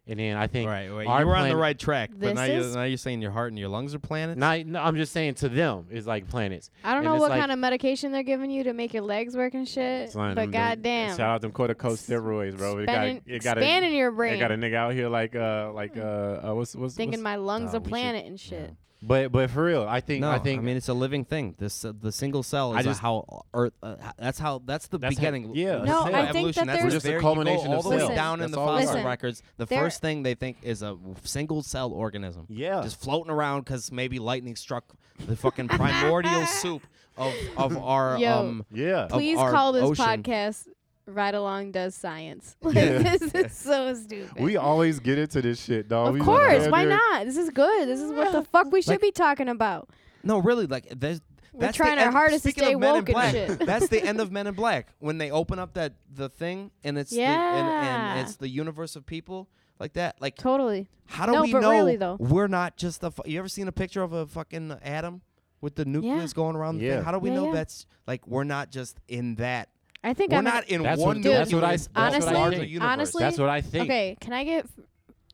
and then I think, All right, wait, our you were on the planet- right track, but This now you're, is- now you're saying your heart and your lungs are planets. Not, no, I'm just saying to them it's like planets. I don't And know it's what like- kind of medication they're giving you to make your legs work and shit, Son, but them- them- goddamn, Shout out them corticosteroids, bro. It got, expanding, it got expanding a, your it brain, got a nigga out here like, uh, like, uh, uh what's, what's, thinking what's my lungs Nah, a we should- planet and shit. But but for real, I think No, I think mean it's a living thing. This uh, the single cell I is just- a how Earth. Uh, h- that's how. That's the That's how- beginning. yeah, of No, I think evolution. that's that there's- We're just a very- you culmination go all of the way cells. down in That's the all we fossil are. records. The There- first thing they think is a w- single cell organism. Yeah. just floating around because maybe lightning struck the fucking primordial soup of of our Yo. um. yeah. of Please our call this ocean. podcast "Ride Along Does Science." Like, Yeah. this is so stupid. We always get into this shit, dog. of course, why not? This is good. This is what the fuck we should Like- be talking about. No, really, like there's. We're That's trying the our end- hardest to speaking stay of Men in woke and Black, shit. That's the end of Men in Black when they open up that the thing and it's the, and, Yeah. and it's the universe of people like that. Like Totally. How do No, we but know really, though. we're not just the? Fu- you ever seen a picture of a fucking atom with the nucleus going around? The Yeah. thing? How do we Yeah, know yeah. that's like we're not just in that? I think We're I'm not in That's one what- that's what I nucleus. s- that's of what I a larger think. universe. Honestly, That's what I think. Okay, can I get f-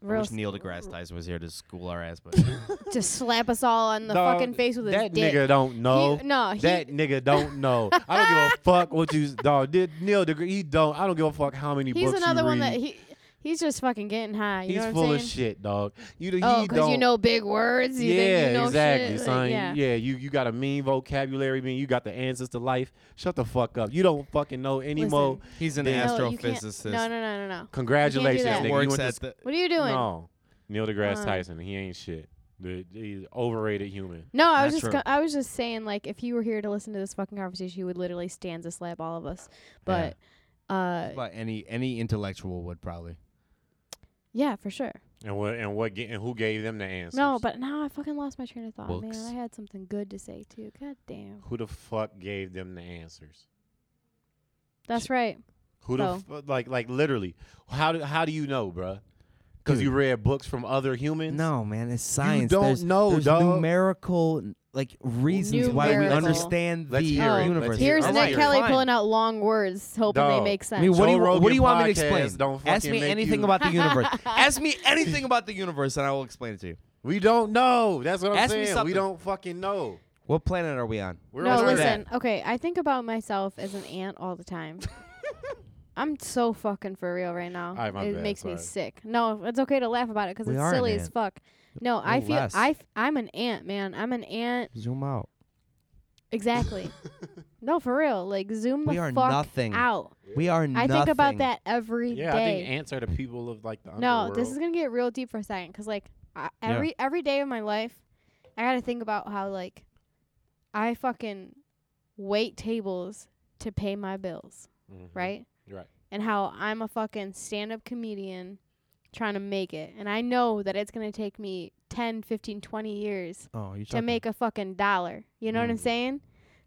I real wish s- Neil deGrasse Tyson was here to school our ass, but to slap us all on the Dog, fucking face with his that dick? nigga don't know. no, he- that nigga don't know. I don't give a fuck what you dog. Did Neil deGrasse? He don't. I don't give a fuck how many He's books you another one that read. he he's just fucking getting high. You He's know what full I'm of saying? shit, dog. You he Oh, because don't. you know big words. You yeah, think you know exactly, Shit. like, son. yeah. you you got a mean vocabulary, man. You got the answers to life. Shut the fuck up. You don't fucking know any more. Listen. he's an Yeah. No, you can't- astrophysicist. No, no, no, no, no. Congratulations, that. nigga. that You works went to at sc- the. What are you doing? No, Neil deGrasse Uh. Tyson. He ain't shit. The- He's overrated human. No, I was Not just true. go- I was just saying like if you were here to listen to this fucking conversation, you would literally stanza slap all of us. But uh But any any intellectual would probably. yeah, for sure. And what and what ga- and who gave them the answers? No, but now I fucking lost my train of thought, Books. man. I had something good to say too. God damn. who the fuck gave them the answers? That's right. Who the Oh. fu- like like literally? How do how do you know, bruh? Because you Dude. read books from other humans. No, man, it's science. don't there's, know, there's dog. numerical like reasons why we Numerical. understand Let's the hear it. Let's universe. hear it. Here's All Nick right, Kelly Fine. pulling out long words, hoping Dog. they make sense. I mean, what do you Joe what do Rogan you want me to podcast explain? don't Ask fucking me make anything you- about the universe. Ask me anything about the universe, and I will explain it to you. we don't know. That's what I'm Ask me saying. We something. don't fucking know. What planet are we on? We're no, on Earth. listen. Okay, I think about myself as an ant all the time. I'm so fucking for real right now. right, my it bad, makes me sorry. sick. No, it's okay to laugh about it because We it's are an silly as ant. fuck. No, I We're feel less. I f- I'm an ant, man. I'm an ant. Zoom out. Exactly. no, for real. Like zoom We the are fuck nothing. out. We are I nothing. think about that every day. Yeah, I think ants are the people of like the no, underworld. this is gonna get real deep for a second because like I, Yeah. every every day of my life, I gotta think about how like I fucking wait tables to pay my bills, Mhm. right? Right. And how I'm a fucking stand-up comedian trying to make it, and I know that it's gonna take me 10, 15, 20 years Oh, you to make a fucking dollar. You know what I'm Mm. saying?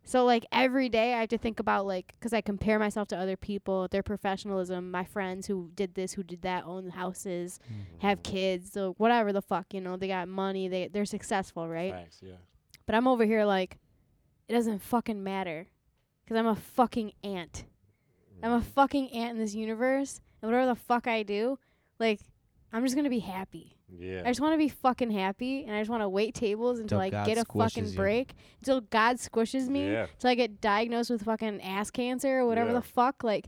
So like every day I have to think about like cuz I compare myself to other people, their professionalism, my friends who did this, who did that, own houses, Mm-hmm. have kids, so whatever the fuck, you know, they got money, they they're successful, right? Facts. Yeah. But I'm over here like it doesn't fucking matter cuz I'm a fucking ant. I'm a fucking ant in this universe, and whatever the fuck I do, like I'm just going to be happy. Yeah. I just want to be fucking happy, and I just want to wait tables until Till I God get a squishes fucking you. break, until God squishes me, Yeah. until I get diagnosed with fucking ass cancer or whatever Yeah. the fuck. Like,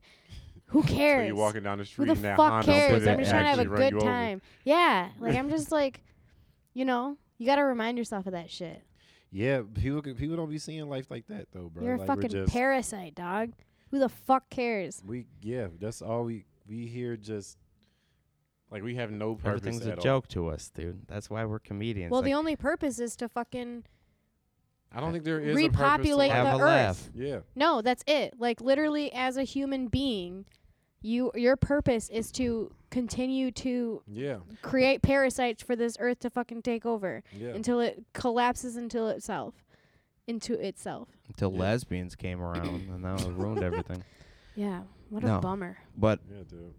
who so cares? you're walking down the who street the and that fuck Honda cares? will I'm just trying to have a actually run good you over. time. Yeah, like I'm just like, you know, you gotta remind yourself of that shit. Yeah, people can, people don't be seeing life like that though, bro. You're a Like, we're fucking just- parasite, dog. Who the fuck cares? We yeah, that's all we we here just like we have no purpose. Everything's a at all. joke to us, dude. That's why we're comedians. well, the Like, only purpose is to fucking I don't think there is Repopulate a have the a earth. laugh. Yeah, No, that's it. Like literally as a human being, you your purpose is to continue to yeah, create parasites for this earth to fucking take over yeah. until it collapses into itself. Into itself. Until Yeah. lesbians came around, and that ruined everything. Yeah. What No. a bummer. But yeah, dude.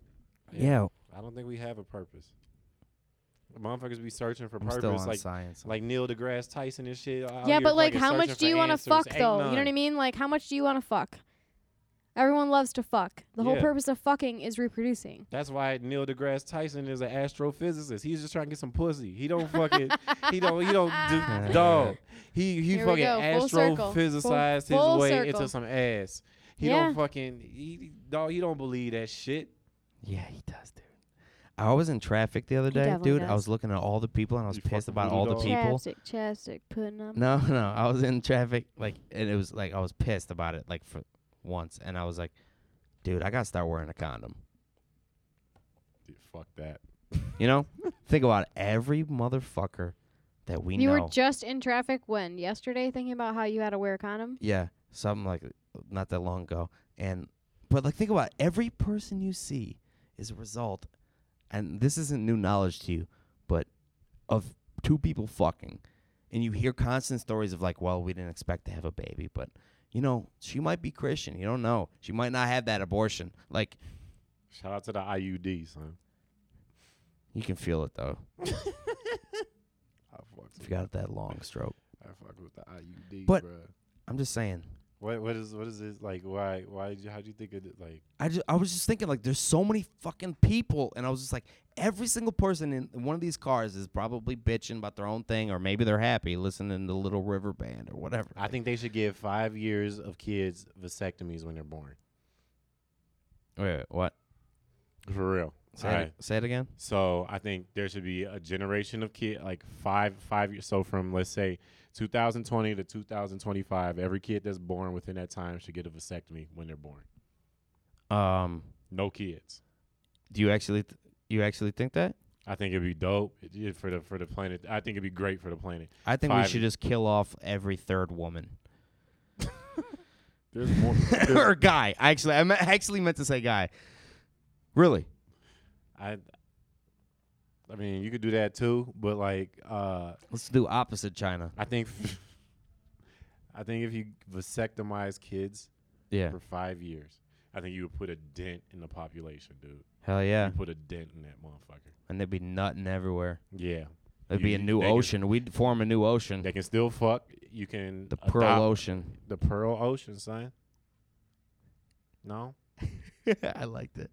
yeah, I don't think we have a purpose. Motherfuckers be searching for I'm still purpose on like science. like Neil deGrasse Tyson and shit. out yeah, here but like fucking how much searching do you for want to answers. fuck Ain't though? You know none. what I mean? Like how much do you want to fuck? Everyone loves to fuck. The whole Yeah. purpose of fucking is reproducing. That's why Neil deGrasse Tyson is an astrophysicist. He's just trying to get some pussy. He don't fucking. he don't. He don't. Do, dog. He he Here we fucking go, full circle. astrophysicized Full- full his way circle. into some ass. He Yeah. don't fucking. He, dog. He don't believe that shit. yeah, he does, dude. I was in traffic the other day, definitely dude. I does. was looking at all the people and I was You pissed fucking about voodoo all the doll. people. Chapstick, chapstick, putting on. No, no. I was in traffic, like, and it was like I was pissed about it, like for once, and I was like, dude, I gotta start wearing a condom. Dude, fuck that. You know, think about it. every motherfucker that we You know. were just in traffic when yesterday, thinking about how you had to wear a condom. yeah, something like not that long ago, and but like think about it. every person you see is a result, and this isn't new knowledge to you, but of two people fucking, and you hear constant stories of like, well, we didn't expect to have a baby, but you know, she might be Christian. You don't know. She might not have that abortion. Like Shout out to the IUD, son. you can feel it though I fucked if with, you got that long stroke. I fucked with the IUD, But- bruh. I'm just saying. What what is what is this like? Why why did you, how'd you think of it? Like I just I was just thinking like there's so many fucking people and I was just like every single person in one of these cars is probably bitching about their own thing or maybe they're happy listening to Little River Band or whatever. I think they should give five years of kids vasectomies when they're born. Wait, wait, what? For real. Say, All it, right. say it again. So I think there should be a generation of kid like five five years. So from let's say 2020 to 2025, every kid that's born within that time should get a vasectomy when they're born. Um, No kids. do you actually th- you actually think that? I think it'd be dope it- it- for the for the planet. I think it'd be great for the planet. I think we Five. should just kill off every third woman There's more. or guy. Actually, I me- actually meant to say guy. Really? I. I mean, you could do that too, but like, uh, Let's do opposite China. I think, I think if you vasectomize kids Yeah. for five years, I think you would put a dent in the population, dude. Hell yeah. You put a dent in that motherfucker. And they'd be nutting everywhere. Yeah, There'd You- be a you- new they could- ocean. We'd form a new ocean. they can still fuck. You can The Pearl adopt- Ocean. the Pearl Ocean, son. No, I liked it.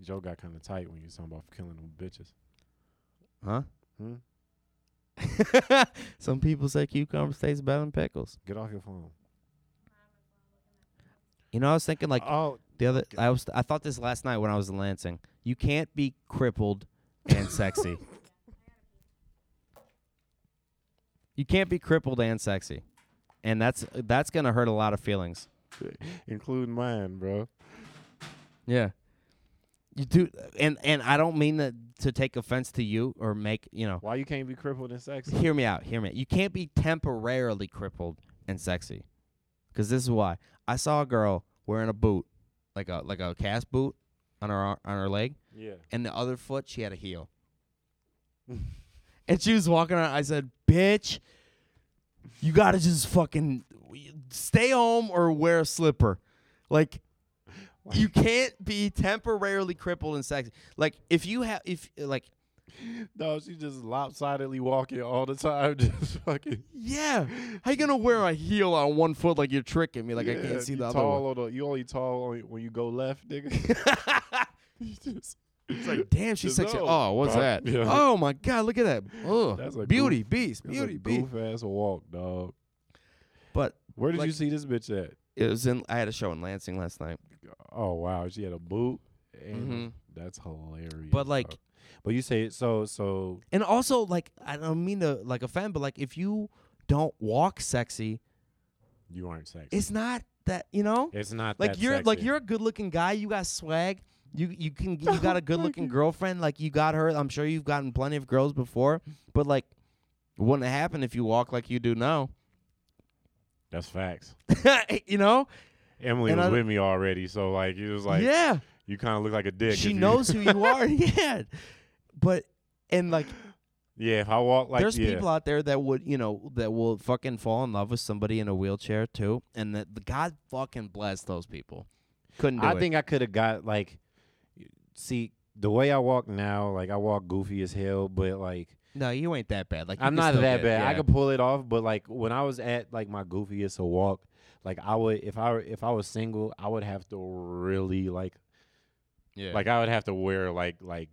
Joe got kind of tight when you was talking about killing them bitches. Huh? Hmm? Some people say cucumbers taste better than pickles. Get off your phone. You know, I was thinking like oh, the other. I was. I thought this last night when I was in Lansing. You can't be crippled and sexy. you can't be crippled and sexy, and that's that's gonna hurt a lot of feelings. include mine, bro. Yeah. You do, and and I don't mean that to take offense to you or make you know. Why you can't be crippled and sexy? hear me out. Hear me out. You can't be temporarily crippled and sexy. Cause this is why I saw a girl wearing a boot, like a like a cast boot, on her ar- on her leg, Yeah. and the other foot she had a heel. and she was walking around. I said, "Bitch, you gotta just fucking stay home or wear a slipper. Like, you can't be temporarily crippled and sexy. Like, if you have if like No, she just lopsidedly walking all the time, just fucking. Yeah. How you gonna wear a heel on one foot like you're tricking me? Like I Yeah, can't see you the other tall one. on the- you only tall on, when you go left, nigga. You just- It's like, damn, she's Just sexy. no. Oh, what's Uh, that? yeah. Oh my god, look at that. Oh, That's a beauty beast, That's a beauty beast. goof ass walk, dog. But Where did you Like- see this bitch at? it was in. I had a show in Lansing last night. Oh wow, she had a boot. And Mhm. That's hilarious. But, like- bro. but you say so so. And also, like, I don't mean to like offend, but like, if you don't walk sexy, You aren't sexy. It's, it's not that you know. not like that you're like sexy. you're a good looking guy. You got swag. You you can you got a good looking girlfriend. Like you got her. I'm sure you've gotten plenty of girls before, but like, it wouldn't happen if you walk like you do now. That's facts. you know? Emily And was I- with me already, so like it was like yeah. you kind of look like a dick. She if you- knows who you are. Yeah. But and like, yeah, if I walk like there's yeah, people out there that would you know that will fucking fall in love with somebody in a wheelchair too, and that the God fucking bless those people. Couldn't do I it. think I could have got like, see the way I walk now, like I walk goofy as hell, but like no, you ain't that bad. Like you I'm can not still that get- bad. I yeah. could pull it off, but like when I was at like my goofiest of walk, like I would if I were- if I was single, I would have to really like yeah. like I would have to wear like like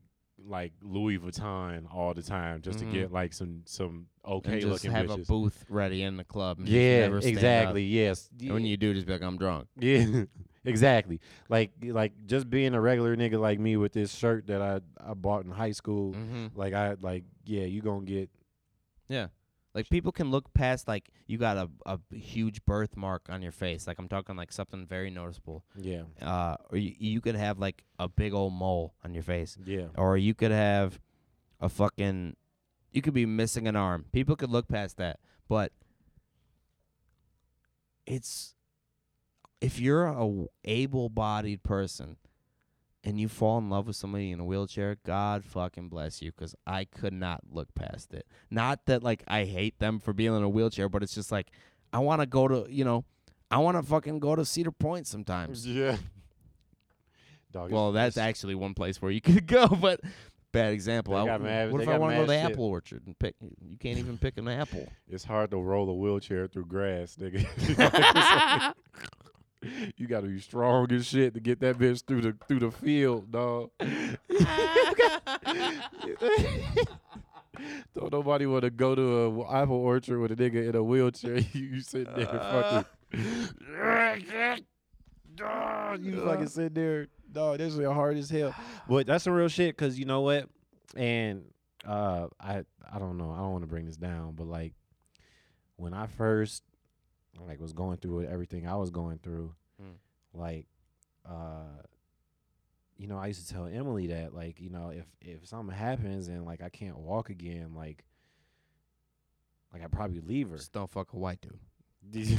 like Louis Vuitton all the time just Mhm. to get like some some okay and just looking have a bitches. booth ready in the club. And just yeah, never stand up. exactly. Yes. And when you do, just be like, I'm drunk. yeah. Exactly. Like like just being a regular nigga like me with this shirt that I I bought in high school. Mm-hmm. Like I like yeah, you gonna get Yeah. Like people can look past like you got a, a huge birthmark on your face. Like I'm talking like something very noticeable. yeah Uh, or you, you could have like a big old mole on your face, yeah or you could have a fucking. You could be missing an arm. People could look past that, but it's if you're a w- able-bodied person and you fall in love with somebody in a wheelchair, God fucking bless you, 'cause I could not look past it. Not that like I hate them for being in a wheelchair, but it's just like I want to go to you know, I want to fucking go to Cedar Point sometimes. yeah. Dog. it's- Well, that's it's- actually one place where you could go, but bad example. They I, got mad- what they if I got want to go to mad the shit. apple orchard and pick? You can't even pick an apple. it's hard to roll a wheelchair through grass, nigga. you gotta be strong as shit to get that bitch through the through the field, dog. Don't nobody want to go to a apple orchard with a nigga in a wheelchair. you sitting there Uh. fucking. you fucking sit there, dog. This is hard as hell. But that's some real shit, cause you know what? And uh, I I don't know. I don't want to bring this down, but like when I first like was going through with everything I was going through, Mm. like uh you know, I used to tell Emily that like, you know, if if something happens and like I can't walk again, like like I probably leave her. Just don't fuck a white dude. yeah.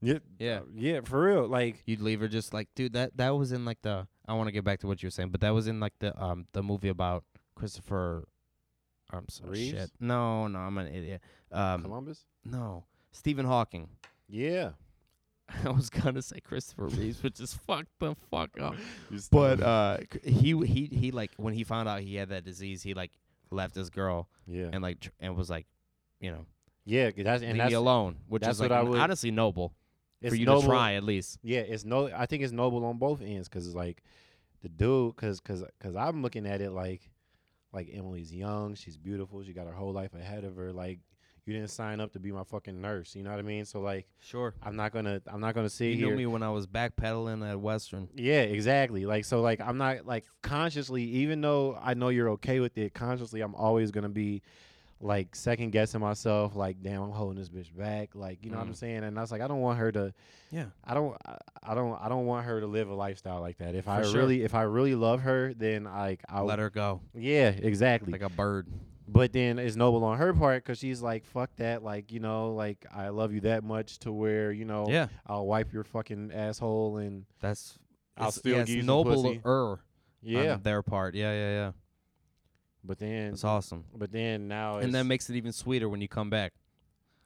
yeah. Yeah. Yeah, for real. Like You'd leave her just like, dude. That that was in like the. I want to get back to what you were saying, but that was in like the um the movie about Christopher. I'm sorry. Reeves? Shit. No, no, I'm an idiot. Um, Columbus? no, Stephen Hawking. Yeah. I was gonna say Christopher Reeves, but just fuck the fuck up. But uh, c- he w- he he like when he found out he had that disease, he like left his girl yeah. and like tr- and was like, you know, yeah, 'cause that's and leave me that's alone, which that's is like what I n- would- honestly noble it's for you noble- to try at least. Yeah, it's no. I think it's noble on both ends because it's like the dude, because because because I'm looking at it like like Emily's young, she's beautiful, she got her whole life ahead of her. Like you didn't sign up to be my fucking nurse, you know what I mean? So like Sure, I'm not gonna I'm not gonna sit you here. knew me when I was backpedaling at Western. Yeah, exactly. Like so like I'm not like consciously even though I know you're okay with it, consciously I'm always going to be like second guessing myself like damn, I'm holding this bitch back, like you know what I'm Mm. saying? And I was like I don't want her to Yeah. I don't I- I don't I don't want her to live a lifestyle like that. If I sure. really if I really love her, then like I Let her go Yeah, exactly. like a bird. But then it's noble on her part because she's like, fuck that. Like, you know, like I love you that much to where, you know, Yeah, I'll wipe your fucking asshole and that's I'll it's- still yeah, it's give you some pussy. nobler yeah. on their part. Yeah, yeah, yeah. But then, It's awesome, but then now, and that it's- makes it even sweeter when you come back.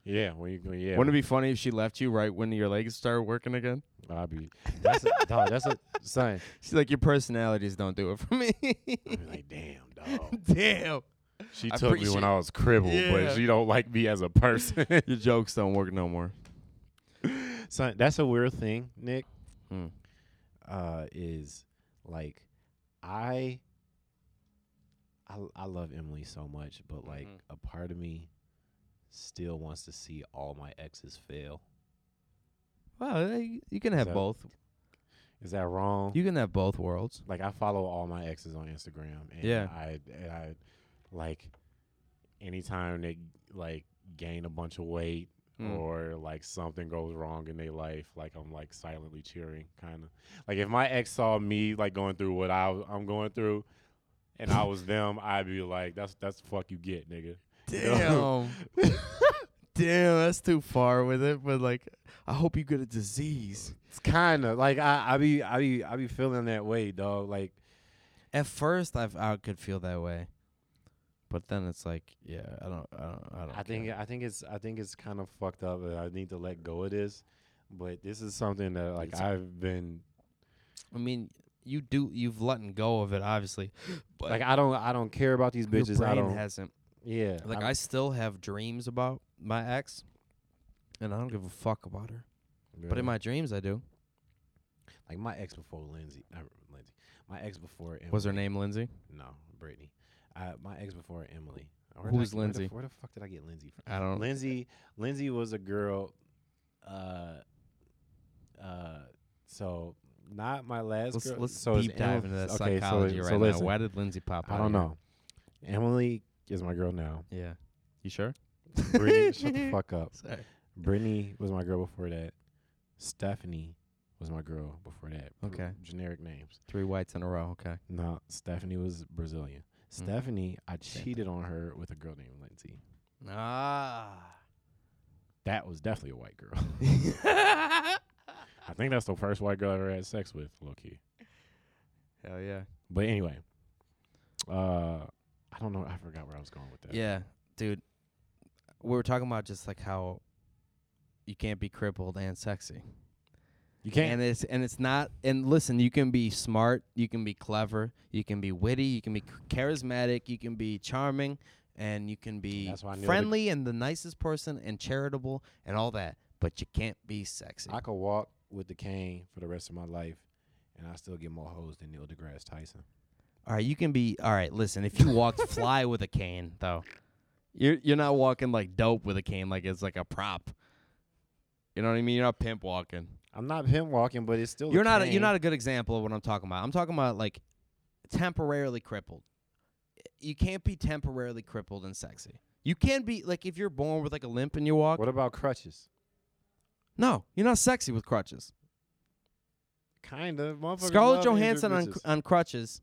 yeah, when you, yeah, Wouldn't it be funny if she left you right when your legs started working again? I'll be, that's a, dog, that's a son. She's like, your personalities don't do it for me. I'll be like, damn, dog. Damn. She I took me appreciate- when I was crippled, Yeah. but she don't like me as a person. Your jokes don't work no more. son, that's a weird thing, Nick. Hmm. Uh, is like, I, I, I love Emily so much, but like Mhm. a part of me still wants to see all my exes fail. Well, eh, you- you can have So- both. Is that wrong? You can have both worlds. like I follow all my exes on Instagram, and Yeah. I and I like anytime they like gain a bunch of weight Mm. or like something goes wrong in their life, like I'm like silently cheering, kind of like if my ex saw me like going through what I I'm going through, and I was them, I'd be like, that's that's the fuck you get, nigga. No. Damn, that's too far with it. But like, I hope you get a disease. It's kind of like I I be I be I be feeling that way, dog. Like At first, I I could feel that way, but then it's like, yeah, I don't, I don't, I don't. I think care. I think it's I think it's kind of fucked up and I need to let go of this. But this is something that like It's- I've been I mean, you do, you've letting go of it, obviously. But like I don't I don't care about these your bitches. I brain don't hasn't. yeah. Like I, I still have dreams about my ex, and I don't give a fuck about her. But in my dreams, I do. like my ex before Lindsay, not Lindsay. My ex before Emily. Was her name Lindsay? No, Brittany. I, my ex before Emily. Who did I was get- where the- Lindsay? Oh. Where the fuck did I get Lindsay from? I don't. Lindsay Lindsay was a girl uh uh So not my last. Let's, girl. let's so it's deep dive Emily- into that okay, so- psychology so right listen, now. Why did Lindsay pop out? I don't here? know. Emily is my girl now. Yeah. You sure? Brittany, shut the fuck up. Sorry. Brittany was my girl before that. Stephanie was my girl before that. Br- Okay. Generic names. Three whites in a row. Okay. No, Stephanie was Brazilian. Mm-hmm. Stephanie, I cheated on her with a girl named Lindsay. Ah. That was definitely a white girl. I think that's the first white girl I ever had sex with, low key. Hell yeah. But anyway, uh, I don't know. I forgot where I was going with that. Yeah, dude. We were talking about just like how you can't be crippled and sexy. you can't. And it's and it's not and listen, you can be smart, you can be clever, you can be witty, you can be charismatic, you can be charming, and you can be That's why I knew the- friendly and the nicest person and charitable and all that, but you can't be sexy. I could walk with the cane for the rest of my life, and I still get more hoes than Neil deGrasse Tyson. All right, you can be. All right, listen. If you walked fly with a cane, though, you're you're not walking like dope with a cane, like it's like a prop. You know what I mean? You're not pimp walking. I'm not him walking, but it's still. You're a not. A, cane. you're not a good example of what I'm talking about. I'm talking about like temporarily crippled. You can't be temporarily crippled and sexy. You can be like if you're born with like a limp and you walk. What about crutches? No, you're not sexy with crutches. Kind of. Motherfuckers Scarlett love Andrew Johansson on, Bridges. on crutches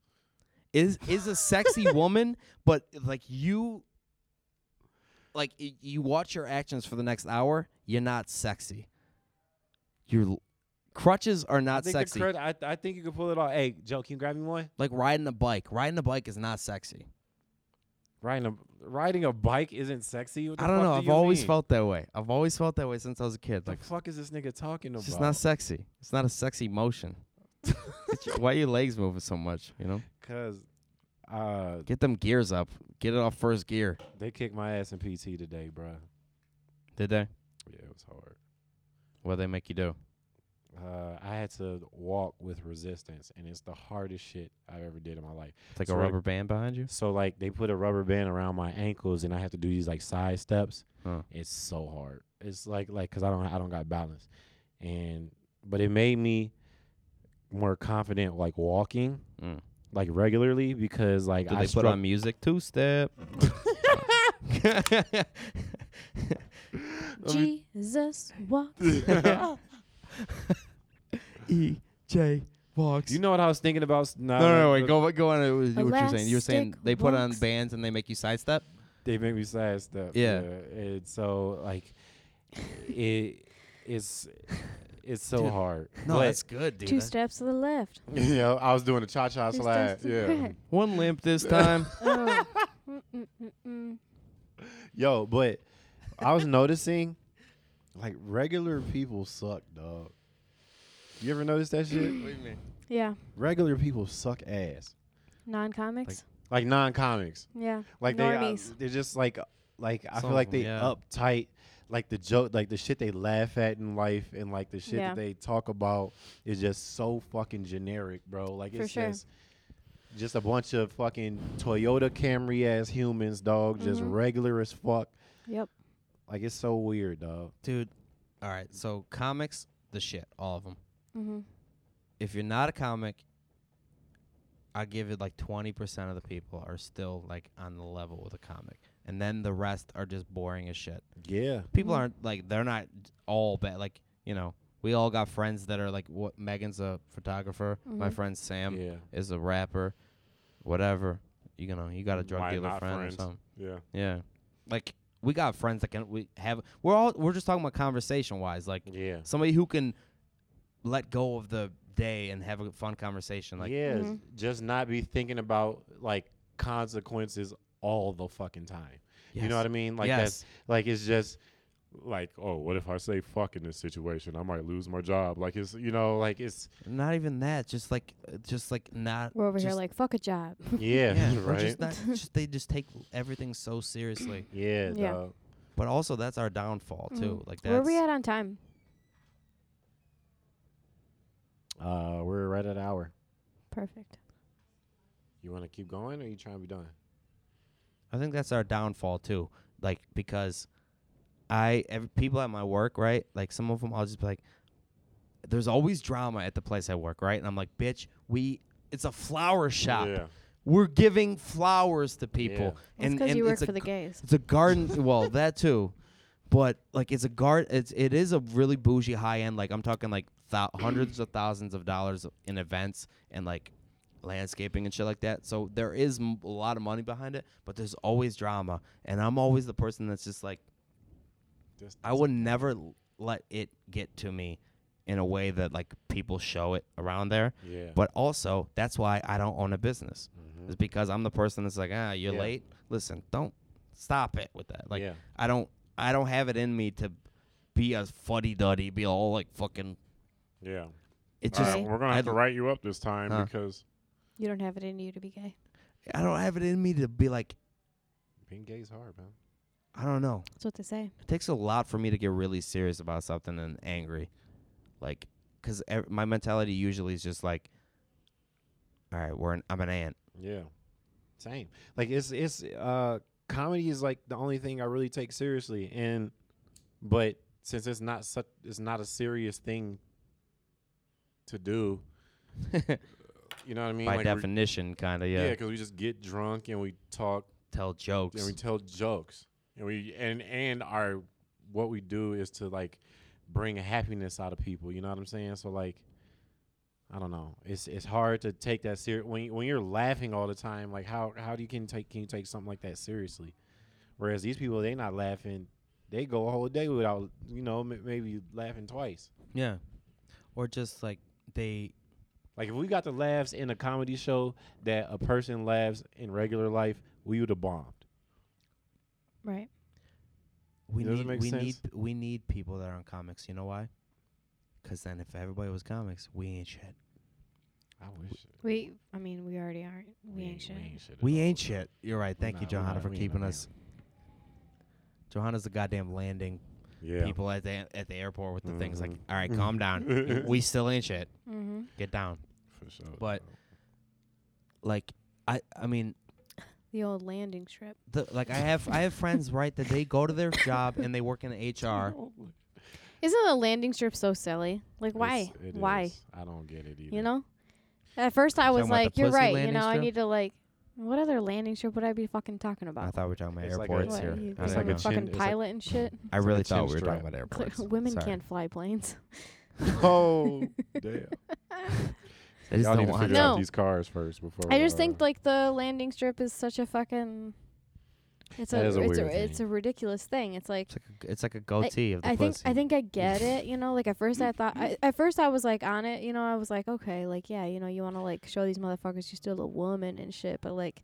is is a sexy woman, but like you, like y- you watch your actions for the next hour, you're not sexy. You're l- crutches are I not think the sexy. crut- I, I think you could pull it off. Hey, Joe, can you grab me one? like riding a bike, riding a bike is not sexy. Riding a riding a bike isn't sexy. What the I don't fuck know. do I've you always mean? felt that way. I've always felt that way since I was a kid. The Like fuck is this nigga talking about? it's just not sexy. It's not a sexy motion. It's ju- Why are your legs moving so much? You know, Cause, uh, get them gears up. Get it off first gear. they kicked my ass in PT today, bruh. Did they? Yeah, it was hard. What they make you do? Uh, I had to walk with resistance, and it's the hardest shit I've ever did in my life. It's like a So, like- rubber band behind you. So like they put a rubber band around my ankles, and I have to do these like side steps. Huh. It's so hard. It's like like because I don't I don't got balance, and but it made me more confident like walking Mm. like regularly because like Do I they put struck, on music? Two step. Jesus walks. E J walks. You know what I was thinking about? No, no, no, no, wait. Go, go on. uh, What you were saying? You were Elastic saying they put on walks. bands and they make you sidestep. they make me sad stuff. Yeah. and so like it it's it's so Dude, hard. No, But- that's good, dude. Two That- steps to the left. yeah, I was doing a cha cha Two slide. steps to the Yeah, right. One limp this time. Oh. Mm, mm, mm, mm. yo, but I was noticing like regular people suck, dog. You ever notice that shit? yeah. Regular people suck ass. Non comics. Like non comics. yeah. Like they, uh, Normies. they're just like, uh, like Some I feel of like 'em, they yeah. uptight, like the joke, like the shit they laugh at in life, and like the shit Yeah. that they talk about is just so fucking generic, bro. Like For it's sure. just, just a bunch of fucking Toyota Camry ass humans, dog, just Mhm. regular as fuck. Yep. Like it's so weird, dog. dude. All right. So comics, the shit, all of them. Mm-hmm. If you're not a comic, I give it like 20% of the people are still like on the level with a comic, and then the rest are just boring as shit. Yeah, people Mhm. aren't like they're not all bad. Like you know, we all got friends that are like what Megan's a photographer. My Mhm. friend Sam yeah, is a rapper. Whatever you know, you got a drug Why dealer not friend friends? or something. yeah. Yeah, like we got friends that can we have. We're all we're just talking about conversation wise. Like Yeah. somebody who can let go of the day and have a fun conversation. Like yeah, Mhm. just not be thinking about like consequences all the fucking time. You Yes. know what I mean? Like yes, that's like it's just like, oh, what if I say fuck in this situation? I might lose my job. Like it's you know, like it's not even that. Just like uh, just like not. We're over here just- like fuck a job. yeah, yeah, or right. Just not, just, they just take everything so seriously. yeah, Yeah. dog. But also, that's our downfall too. Like that's Mm. Where we at on time? Uh we're right at an hour. Perfect. You wanna keep going or you trying to be done? I think that's our downfall too. Like because I ev people at my work, right? Like some of them, I'll just be like, there's always drama at the place I work, right? And I'm like, bitch, we it's a flower shop. Yeah. We're giving flowers to people. Yeah. That's And, 'cause and you work it's a for the g- gays. It's a garden. well, that too, but like it's a garden. It's it is a really bougie high end. Like I'm talking like thou hundreds of thousands of dollars in events and like landscaping and shit like that. So there is m- a lot of money behind it, but there's always drama, and I'm always the person that's just like, Just- I would never l- let it get to me in a way that like people show it around there. Yeah. Mm-hmm. But also, that's why I don't own a business. Is because I'm the person that's like, "Ah, you're Yeah. late. Listen, don't stop it with that. Like Yeah. I don't I don't have it in me to be a fuddy-duddy, be all like fucking Yeah. it All just right, well, we're gonna have I, to write you up this time Huh. because You don't have it in you to be gay. I don't have it in me to be like being gay is hard, man. I don't know. That's what they say. It takes a lot for me to get really serious about something and angry. Like, because ev- my mentality usually is just like, all right, we're an, I'm an ant. Yeah. Same. Like it's it's uh comedy is like the only thing I really take seriously and but since it's not such it's not a serious thing to do. you know what I mean? By like we're- definition, kind of, yeah. yeah, because we just get drunk and we talk Tell jokes. and we tell jokes and we and and our what we do is to like bring happiness out of people you know what i'm saying so like i don't know it's it's hard to take that serious when, you- when you're laughing all the time like how how do you can take can you take something like that seriously whereas these people they not laughing they go a whole day without you know m- maybe laughing twice yeah. Or just like they, like if we got the laughs in a comedy show that a person laughs in regular life we would have bombed Right. we Doesn't need, make we sense. need, we need people that aren't comics. You know why? Because then if everybody was comics, we ain't shit. i wish We, I mean, we already aren't. We ain't shit. at We all. ain't shit. You're right. Thank you, not- we're Johanna, not- for we ain't keeping no us. Johanna's the goddamn landing yeah people at the at the airport with the things like, Mhm. all right, calm down. we still ain't shit. Mm-hmm. Get down. for sure But like I I mean The old landing strip. the, like I have I have friends right that they go to their job and they work in HR. Oh Isn't the landing strip so silly? Like, why? It's- it Why? is. I don't get it either. You know? At first, I Talking was about the like, you're pussy right. You landing know, I strip? need to, like, what other landing strip would I be fucking talking I about? thought we were talking about It's like a- airports it's What, here. you I, don't think I'm like know. a a chin- fucking it's like- pilot and shit. I really it's like a thought we were chin talking strap. about Clear- airports. Women Sorry. can't fly planes. oh, damn. They just Y'all don't need to want figure to. No. out these cars first before. I just think uh, like the landing strip is such a fucking. It's That a, is a it's weird a it's thing. a ridiculous thing. It's like It's like a, it's like a goatee of the I think pussy. I think I get it. You know, like at first I thought I, at first I was like on it. You know, I was like okay, like yeah, you know, you want to like show these motherfuckers you're still a woman and shit, but like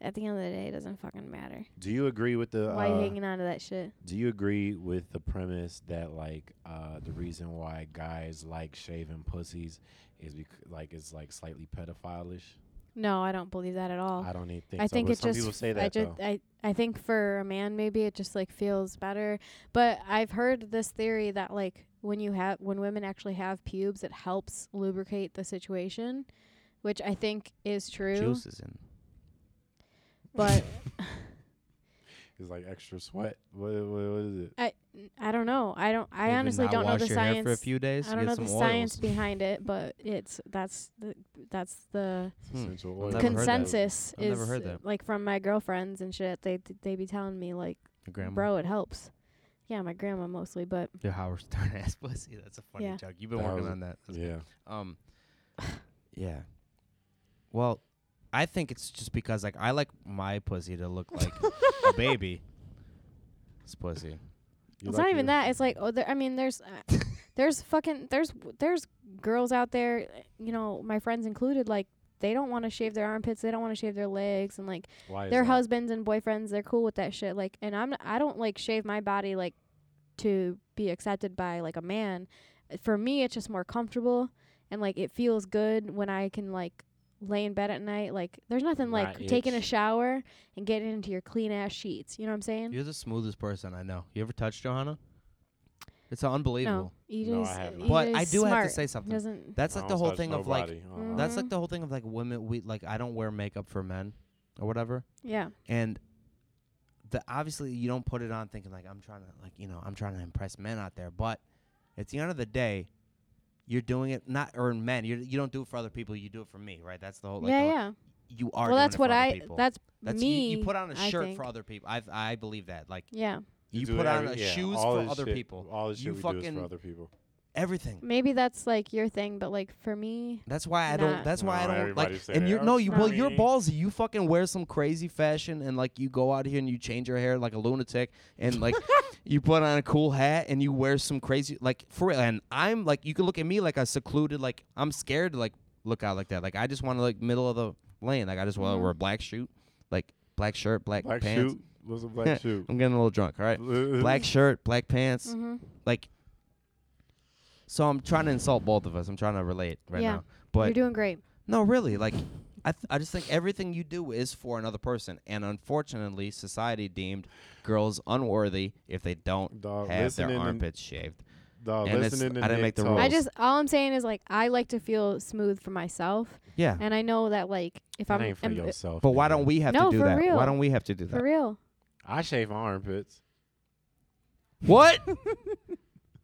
at the end of the day, it doesn't fucking matter. Do you agree with the? Why you Uh, hanging on to that shit? do you agree with the premise that like uh, the reason why guys like shaving pussies is because like it's like slightly pedophilish? No, I don't believe that at all. I don't even think. Oh. I so, think but it some just people say that I just though. I I think for a man maybe it just like feels better. But I've heard this theory that like when you have when women actually have pubes it helps lubricate the situation, which I think is true. juice is in. But It's like extra sweat. What, what, what is it? I I don't know. I don't I Maybe honestly not don't know wash the your science. Hair for a few days. I don't know get the some science oils. behind it, but it's that's the that's the Hmm. Essential I've oil. never heard that. consensus I've never is heard that. like from my girlfriends and shit. They they be telling me like, Your grandma. bro, it helps. Yeah, my grandma mostly, but Your Howard Stern ass pussy. That's a funny Yeah. joke. You've been That working was- on that. That's Yeah. Um, yeah. Well, I think it's just because like I like my pussy to look like a baby. It's pussy. You it's like not even your- that. It's like oh, there, I mean, there's, uh, there's fucking, there's, there's girls out there, you know, my friends included, like they don't want to shave their armpits, they don't want to shave their legs, and like Why is their that? husbands and boyfriends, they're cool with that shit. Like, and I'm, I don't like shave my body like to be accepted by like a man. Uh, For me, it's just more comfortable, and like it feels good when I can like lay in bed at night. Like, there's nothing Not like taking a itch. shower and getting into your clean ass sheets. You know what I'm saying? You're the smoothest person I know. You ever touched Johanna? It's No, unbelievable. EJ's, No, I have not. But EJ's I do smart. have to say something. Doesn't That's I like the don't whole touch thing of like nobody. Uh-uh. that's Mhm. like the whole thing of like women we like I don't wear makeup for men or whatever. yeah. And the obviously you don't put it on thinking like I'm trying to like you know I'm trying to impress men out there, but at the end of the day, You're doing it not or men. You you don't do it for other people. You do it for me, right? That's the whole. Like, yeah, the- yeah. You are. Well, doing that's it what for other I. people. That's, That's you- me. You, put on a I shirt think. for other people. I I believe that. Like Yeah, you, do put on every- a yeah, shoes all for this other shit- people. All this shit You we do is fucking- for other people. Everything. maybe that's like your thing, but like for me, That's why I Nah. don't. That's why No, I don't everybody like. say And that. you're Oh, no, it's you. not Well, you're me. ballsy. You fucking wear some crazy fashion, and like you go out here and you change your hair like a lunatic, and like you put on a cool hat and you wear some crazy like for real. And I'm like, you can look at me like a secluded like I'm scared to like look out like that. Like I just want to like middle of the lane. Like I just Mm-hmm. want to wear a black shoe, like black shirt, black, Black pants. shoe. What's a black shoe? I'm getting a little drunk. All right, black shirt, black pants, Mm. like. So I'm trying to insult both of us. I'm trying to relate right Yeah. now, but you're doing great. no, really. Like, I, th- I just think everything you do is for another person, and unfortunately, society deemed girls unworthy if they don't have Dog, their Uh, listening and- armpits shaved. Dog, And it's- listening to I didn't Nick make the talk- rules. I just all I'm saying is like I like to feel smooth for myself, Yeah, and I know that like if That I'm ain't for am- yourself. but why nigga. don't we have to No, do for that? real. Why don't we have to do for that? real, I shave my armpits. What?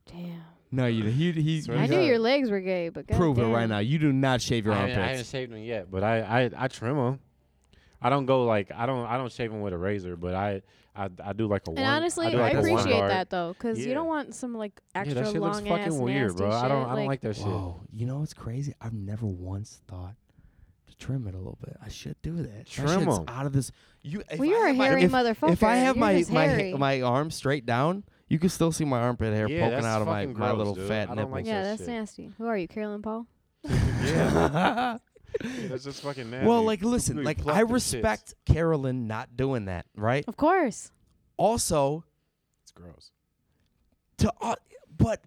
damn. no, you. He, he, Swear I Right knew now. your legs were gay, but God prove it damn. right now. You do not shave your I haven't, I haven't armpits. shaved them yet, but I, I I trim them. I don't go like I don't I don't shave them with a razor, but I I, I do like a one. And honestly, I, I, do like a one appreciate guard. that though, because you Yeah. don't want some like Yeah, extra that shit long looks fucking ass weird, nasty bro. I shit, don't I don't like that shit. Whoa, you know what's crazy? I've never once thought to trim it a little bit. I should do that. That Trim shit's 'em. out of this. You, if Well, you're I a had my- hairy if- motherfucker. If I have You're my just my hairy. ha- my arm straight down, you can still see my armpit hair Yeah, poking that's out of my, fucking my gross, little dude. fat I don't nipple. like Yeah, that that's shit. nasty. Who are you, Carolyn Paul? yeah, that's just fucking nasty. well, like listen, Really like pluck I the shits. respect Carolyn not doing that, right? Of course. Also, It's gross. to uh, but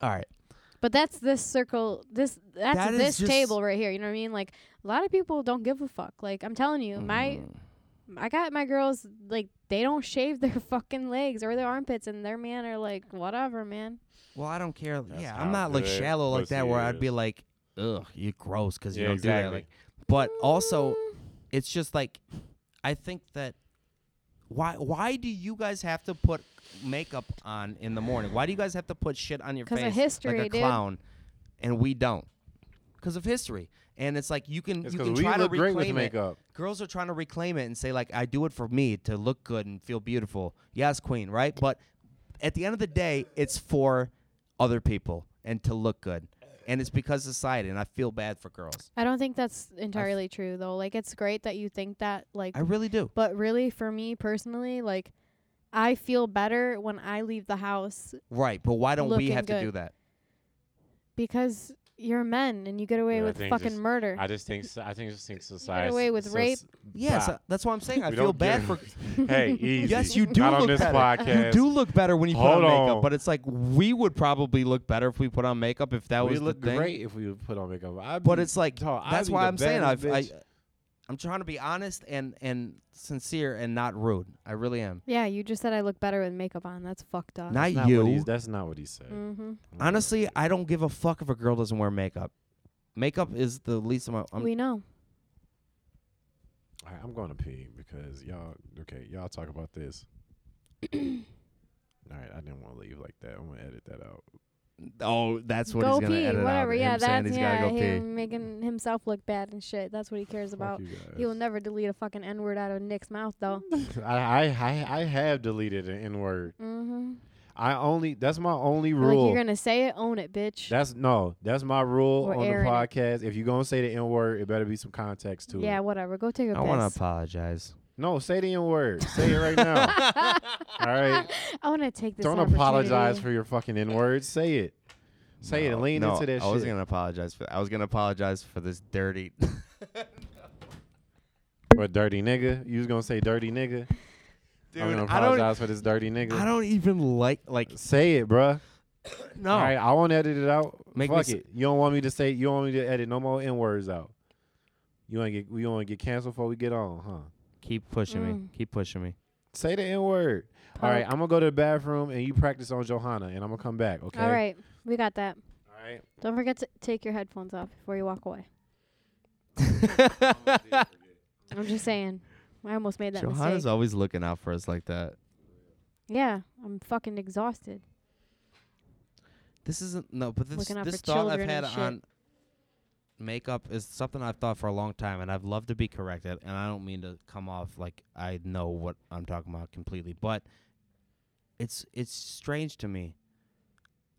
all right, But that's this circle. This that's That is this just- table right here. You know what I mean? Like a lot of people don't give a fuck. Like I'm telling you, my Mm. I got my girls like they don't shave their fucking legs or their armpits, and their man are like whatever, man. well, I don't care. That's yeah, how I'm not like good shallow like that pussy where I'd is. be like, ugh, you're gross because you Yeah, don't do that. exactly. Mm. Like, but also, it's just like I think that why why do you guys have to put makeup on in the morning? Why do you guys have to put shit on your 'Cause face of history, like a dude. clown, and we don't? Because of history, and it's like you can It's you 'cause can we try to look great with reclaim makeup. it. Girls are trying to reclaim it and say like I do it for me to look good and feel beautiful. Yes, queen, right? But at the end of the day, it's for other people and to look good, and it's because of society. And I feel bad for girls. I don't think that's entirely true though. Like it's great that you think that. Like I really do. But really, for me personally, like I feel better when I leave the house Right, but why don't we Looking have good. to do that? because you're men and you get away Yeah, I with think fucking just- murder. I just think so- I think just think society away with rape. Yes, uh, that's what I'm saying. I We feel don't bad give for. hey, easy. Yes, you do Not look on this better. podcast. You do look better when you Hold put on, on. makeup, but it's like we would probably look better if we put on makeup if that we was look the thing. great if we would put on makeup. I'd But be it's like tall. I'd that's be why the I'm saying I've, baddest I, bitch. I'm trying to be honest and and sincere and not rude. I really am. yeah, you just said I look better with makeup on. That's fucked up. Not, That's not what you. Mm. he's- that's not what he said. hmm Honestly, I don't give a fuck if a girl doesn't wear makeup. Makeup is the least of my. I'm, we know. All right, I'm going to pee because y'all. Okay, y'all talk about this. All right, I didn't want to leave like that. I'm gonna edit that out. oh, that's what go he's gonna pee, edit whatever. out. yeah, him saying that's he's yeah. gotta go pee. him making himself look bad and shit. That's what he cares about. Fuck you guys. He will never delete a fucking n word out of Nick's mouth though. I, I I I have deleted an N word. mm-hmm. I only. That's my only Like rule. you're gonna say it, own it, bitch. that's no. That's my rule We're on the airing it. podcast. If you're gonna say the N word, it better be some context to it. yeah, whatever. Go take a I want to piss. apologize. No, say the N word. Say it right now. All right. I want to take this. Don't apologize opportunity. for your fucking N word. Say it. Say it and lean no, into that I was shit. gonna apologize for. I was gonna apologize for this dirty. What dirty nigga? You was gonna say dirty nigga? I'm gonna I don't. e-, apologize for this dirty nigga. I don't even like like Say it, bruh. no. All right, I won't edit it out. Make me Fuck s- it. You don't want me to say. You don't want me to edit no more n words out. You want to get. We want to get canceled before we get on, huh? Keep pushing me. Mm. Keep pushing me. Say the n word. All right, Poke. I'm gonna go to the bathroom and you practice on Johanna, and I'm gonna come back. Okay. All right, we got that. All right. Don't forget to take your headphones off before you walk away. I'm just saying. I almost made that Johanna's mistake. always looking out for us like that. Yeah, I'm fucking exhausted. This isn't no, but this Looking out this for thought I've children had and shit. on makeup is something I've thought for a long time, and I've loved to be corrected. And I don't mean to come off like I know what I'm talking about completely, but it's it's strange to me.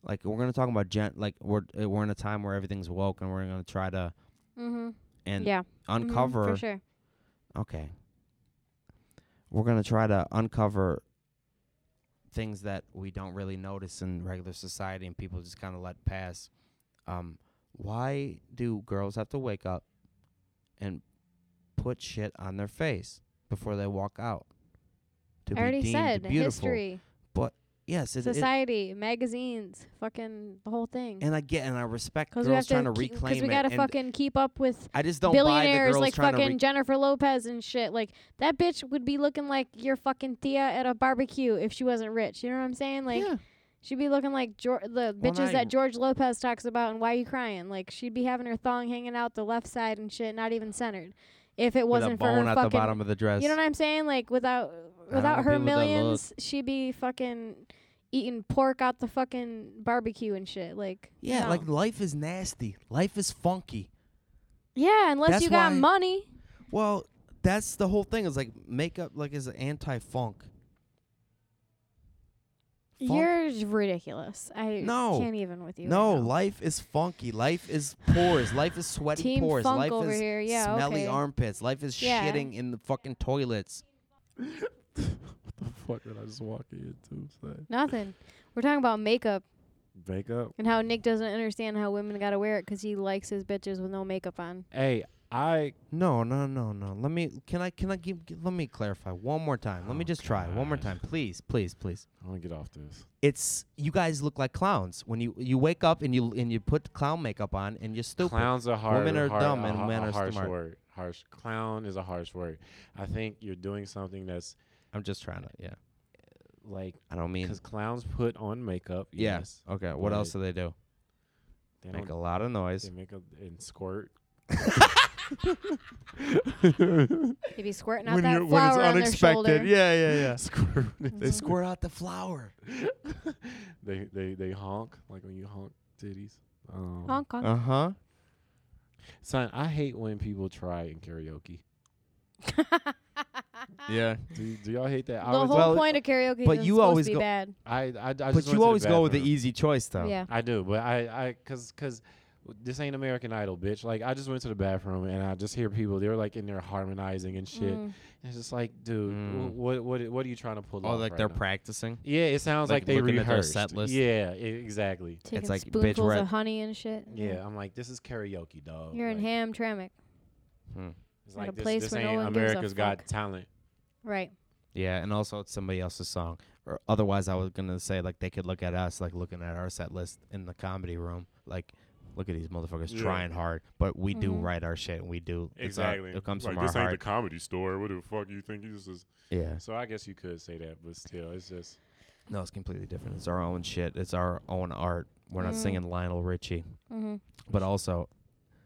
Like we're gonna talk about gen, like we're uh, we're in a time where everything's woke, and we're gonna try to Mm-hmm. and yeah. mhm, uncover for sure. okay. We're gonna try to uncover things that we don't really notice in regular society, and people just kind of let pass. Um, why do girls have to wake up and put shit on their face before they walk out? To I already deemed said beautiful. history, Yes, it, it, society, magazines, fucking the whole thing. and I get and I respect Because girls we have trying to, keep- reclaim we it, gotta and fucking keep up with I just don't buy the billionaires girls like trying fucking to. Re- Jennifer Lopez and shit. Like that bitch would be looking like your fucking Thea at a barbecue if she wasn't rich. You know what I'm saying? Like Yeah. she'd be looking like Geor- the bitches not even- that George Lopez talks about. And why you crying? Like she'd be having her thong hanging out the left side and shit, not even centered. If it with a wasn't for bone her at fucking, the bottom of the dress. you know what I'm saying? Like without don't without want her people that look. millions, she'd be fucking eating pork out the fucking barbecue and shit. Like yeah, no. like life is nasty. Life is funky. yeah, unless That's you got why- money. Well, that's the whole thing. Is like makeup like is anti funk. Funk. You're j- ridiculous. I No. can't even with you. No, right now. life is funky. Life is pores. Life is sweaty Team pores. Funk life over is here. Yeah, smelly okay. armpits. Life is Yeah. shitting in the fucking toilets. the fuck did I just walk into? Say? nothing. We're talking about makeup Makeup. and how Nick doesn't understand how women gotta wear it 'cause he likes his bitches with no makeup on. Hey, I No, no, no, no. Let me. Can I? Can I give? gi- Let me clarify one more time. Let me Oh, just try one more God. time, please, please, please. I want to get off this. It's you guys look like clowns when you you wake up and you and you put clown makeup on and you're stupid. Clowns are hard. Women are hard- dumb a- and a- men a are harsh smart. Word. Harsh. Clown is a harsh word. I think you're doing something that's I'm just trying to. Yeah, like I don't mean. because clowns put on makeup. Yeah. Yes. Okay. What but else do they do? They Make a don't. lot of noise. They make a and squirt. He'd be squirting out that flower on their shoulder. Uh-huh. Yeah, yeah, yeah. squirt. They squirt out the flour. they they they honk like when you honk titties. Um, Honk, honk. Uh huh. Son, I hate when people try in karaoke. Uh, Yeah. Do, do y'all hate that? I the always- whole Well, point of karaoke but is you supposed always to be go- bad. I, I, I just went But to the you always go with the bathroom. easy choice though. Yeah. I do, but I, I, cause, cause this ain't American Idol, bitch. Like I just went to the bathroom and I just hear people. They're like in there harmonizing and shit. Mm. It's just like, dude, Mm. wh- what, what, what are you trying to pull Oh, off? like right they're now? practicing. Yeah, it sounds like like, they looking at their rehearsed. set list? Yeah, e- exactly. Taking like, bitch, we're spoonfuls at- of honey and shit. Yeah, I'm like, this is karaoke, dog. Mm. You're in Like, Hamtramck. Hmm. It's at a like this, place this where no ain't one gives a America's Got fuck. Talent. Right. Yeah, and also it's somebody else's song. Or otherwise, I was gonna say like they could look at us like looking at our set list in the comedy room, like look at these motherfuckers Yeah. trying hard, but we do Mhm. write our shit and we do it's our- Exactly. it comes like, from our this ain't heart. the comedy store. What the fuck you think this is? yeah. So I guess you could say that, but still, it's just No, it's completely different. It's our own shit. It's our own art. We're not Mm. singing Lionel Richie, Mm-hmm. but also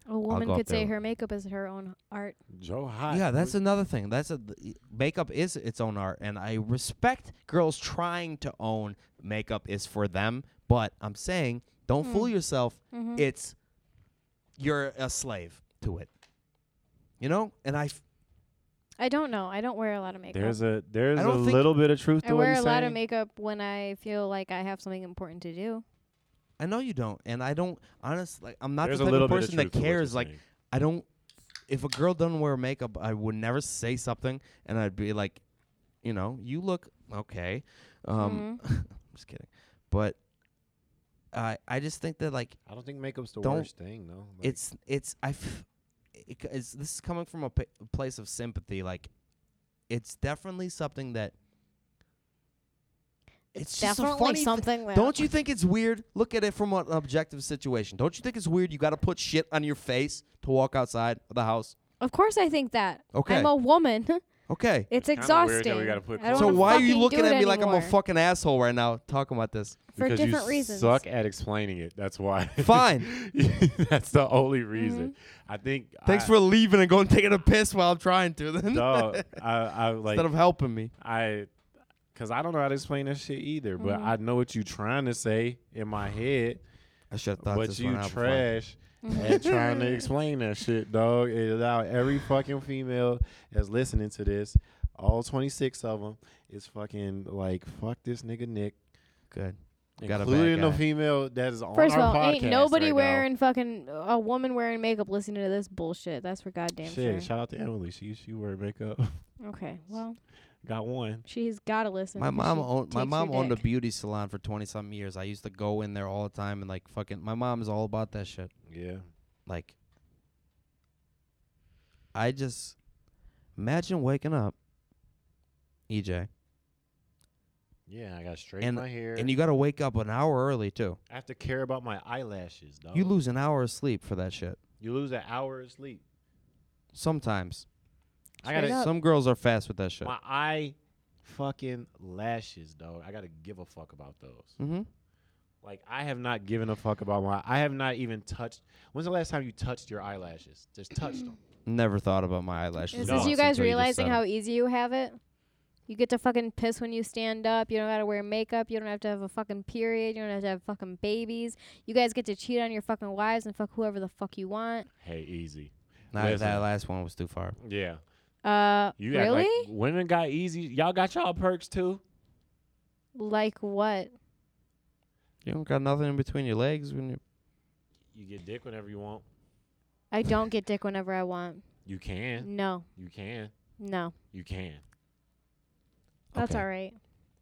A woman go up could say there. her makeup is her own art. Joe Hot. Yeah, that's another thing. That's a th- makeup is its own art, and I respect girls trying to own makeup is for them. But I'm saying, don't fool yourself. Mhm. It's you're a slave to it. You know, and I f- I don't know. I don't wear a lot of makeup. There's a there's I a don't think- little bit of truth to I what wear a he's lot of saying. makeup when I feel like I have something important to do. I know you don't, and I don't. Honestly, like, I'm not There's the a type little of bit of person that truth to what you're cares. Like saying. I don't. If a girl doesn't wear makeup, I would never say something, and I'd be like, you know, you look okay. Mm-hmm. Um, I'm just kidding, but I I just think that like I don't think makeup's the Don't- worst thing, though. Like, it's it's I f- it, c- it's this is coming from a p- place of sympathy. Like it's definitely something that it's just a funny thi- something. that- Don't you think it's weird? Look at it from an objective situation. Don't you think it's weird? You got to put shit on your face to walk outside of the house. Of course, I think that. Okay. I'm a woman. Okay. kinda it's weird exhausting. that we gotta put I don't So wanna why are you fucking looking do at it me like I'm a anymore. fucking asshole right now talking about this? for because different you reasons. Suck at explaining it. That's why. Fine. Mm-hmm. that's the only reason. I think. Thanks I, for leaving and going taking a piss while I'm trying to. Then dog. I, I like. instead of helping me. I, Mm-hmm. cause I don't know how to explain this shit either, but I know what you trying to say in my head, I should have thought But this you one out before. trash at trying to explain that shit, dog. It allowed every fucking female that's listening to this, all 26 of them, is fucking like, fuck this nigga Nick. Good. Got a bad Including the guy. female that is on First of our all, ain't podcast nobody right now. wearing fucking a woman wearing makeup listening to this bullshit. That's for goddamn Shit, sure. shout out to Emily. She she wear makeup. Okay, well, Got one. she's gotta listen. My 'cause mom she owned my takes your mom owned a dick. beauty salon for twenty some years. I used to go in there all the time and like fucking. My mom is all about that shit. Yeah. Like, I just imagine waking up, E EJ, Yeah, I got straighten And- my hair. and you got to wake up an hour early too. I have to care about my eyelashes, dog. You lose an hour of sleep for that shit. You lose an hour of sleep. Sometimes I gotta Straight up. some girls are fast with that shit. my eye fucking lashes, dog. I gotta give a fuck about those. Mm-hmm. Like I have not given a fuck about my. I have not even touched. When's the last time you touched your eyelashes? Just touched them. Never thought about my eyelashes. Is No. this you once guys until just realizing said it. how easy you have it? You get to fucking piss when you stand up. You don't gotta wear makeup. You don't have to have a fucking period. You don't have to have fucking babies. You guys get to cheat on your fucking wives and fuck whoever the fuck you want. Hey, easy. Nah, that Listen. last one was too far. Yeah. Uh, You act really? like women got easy. Y'all got y'all perks too. Like what? You don't got nothing in between your legs when you. You get dick whenever you want. I don't get dick whenever I want. You can. No, You can. no, You can. that's Okay. all right.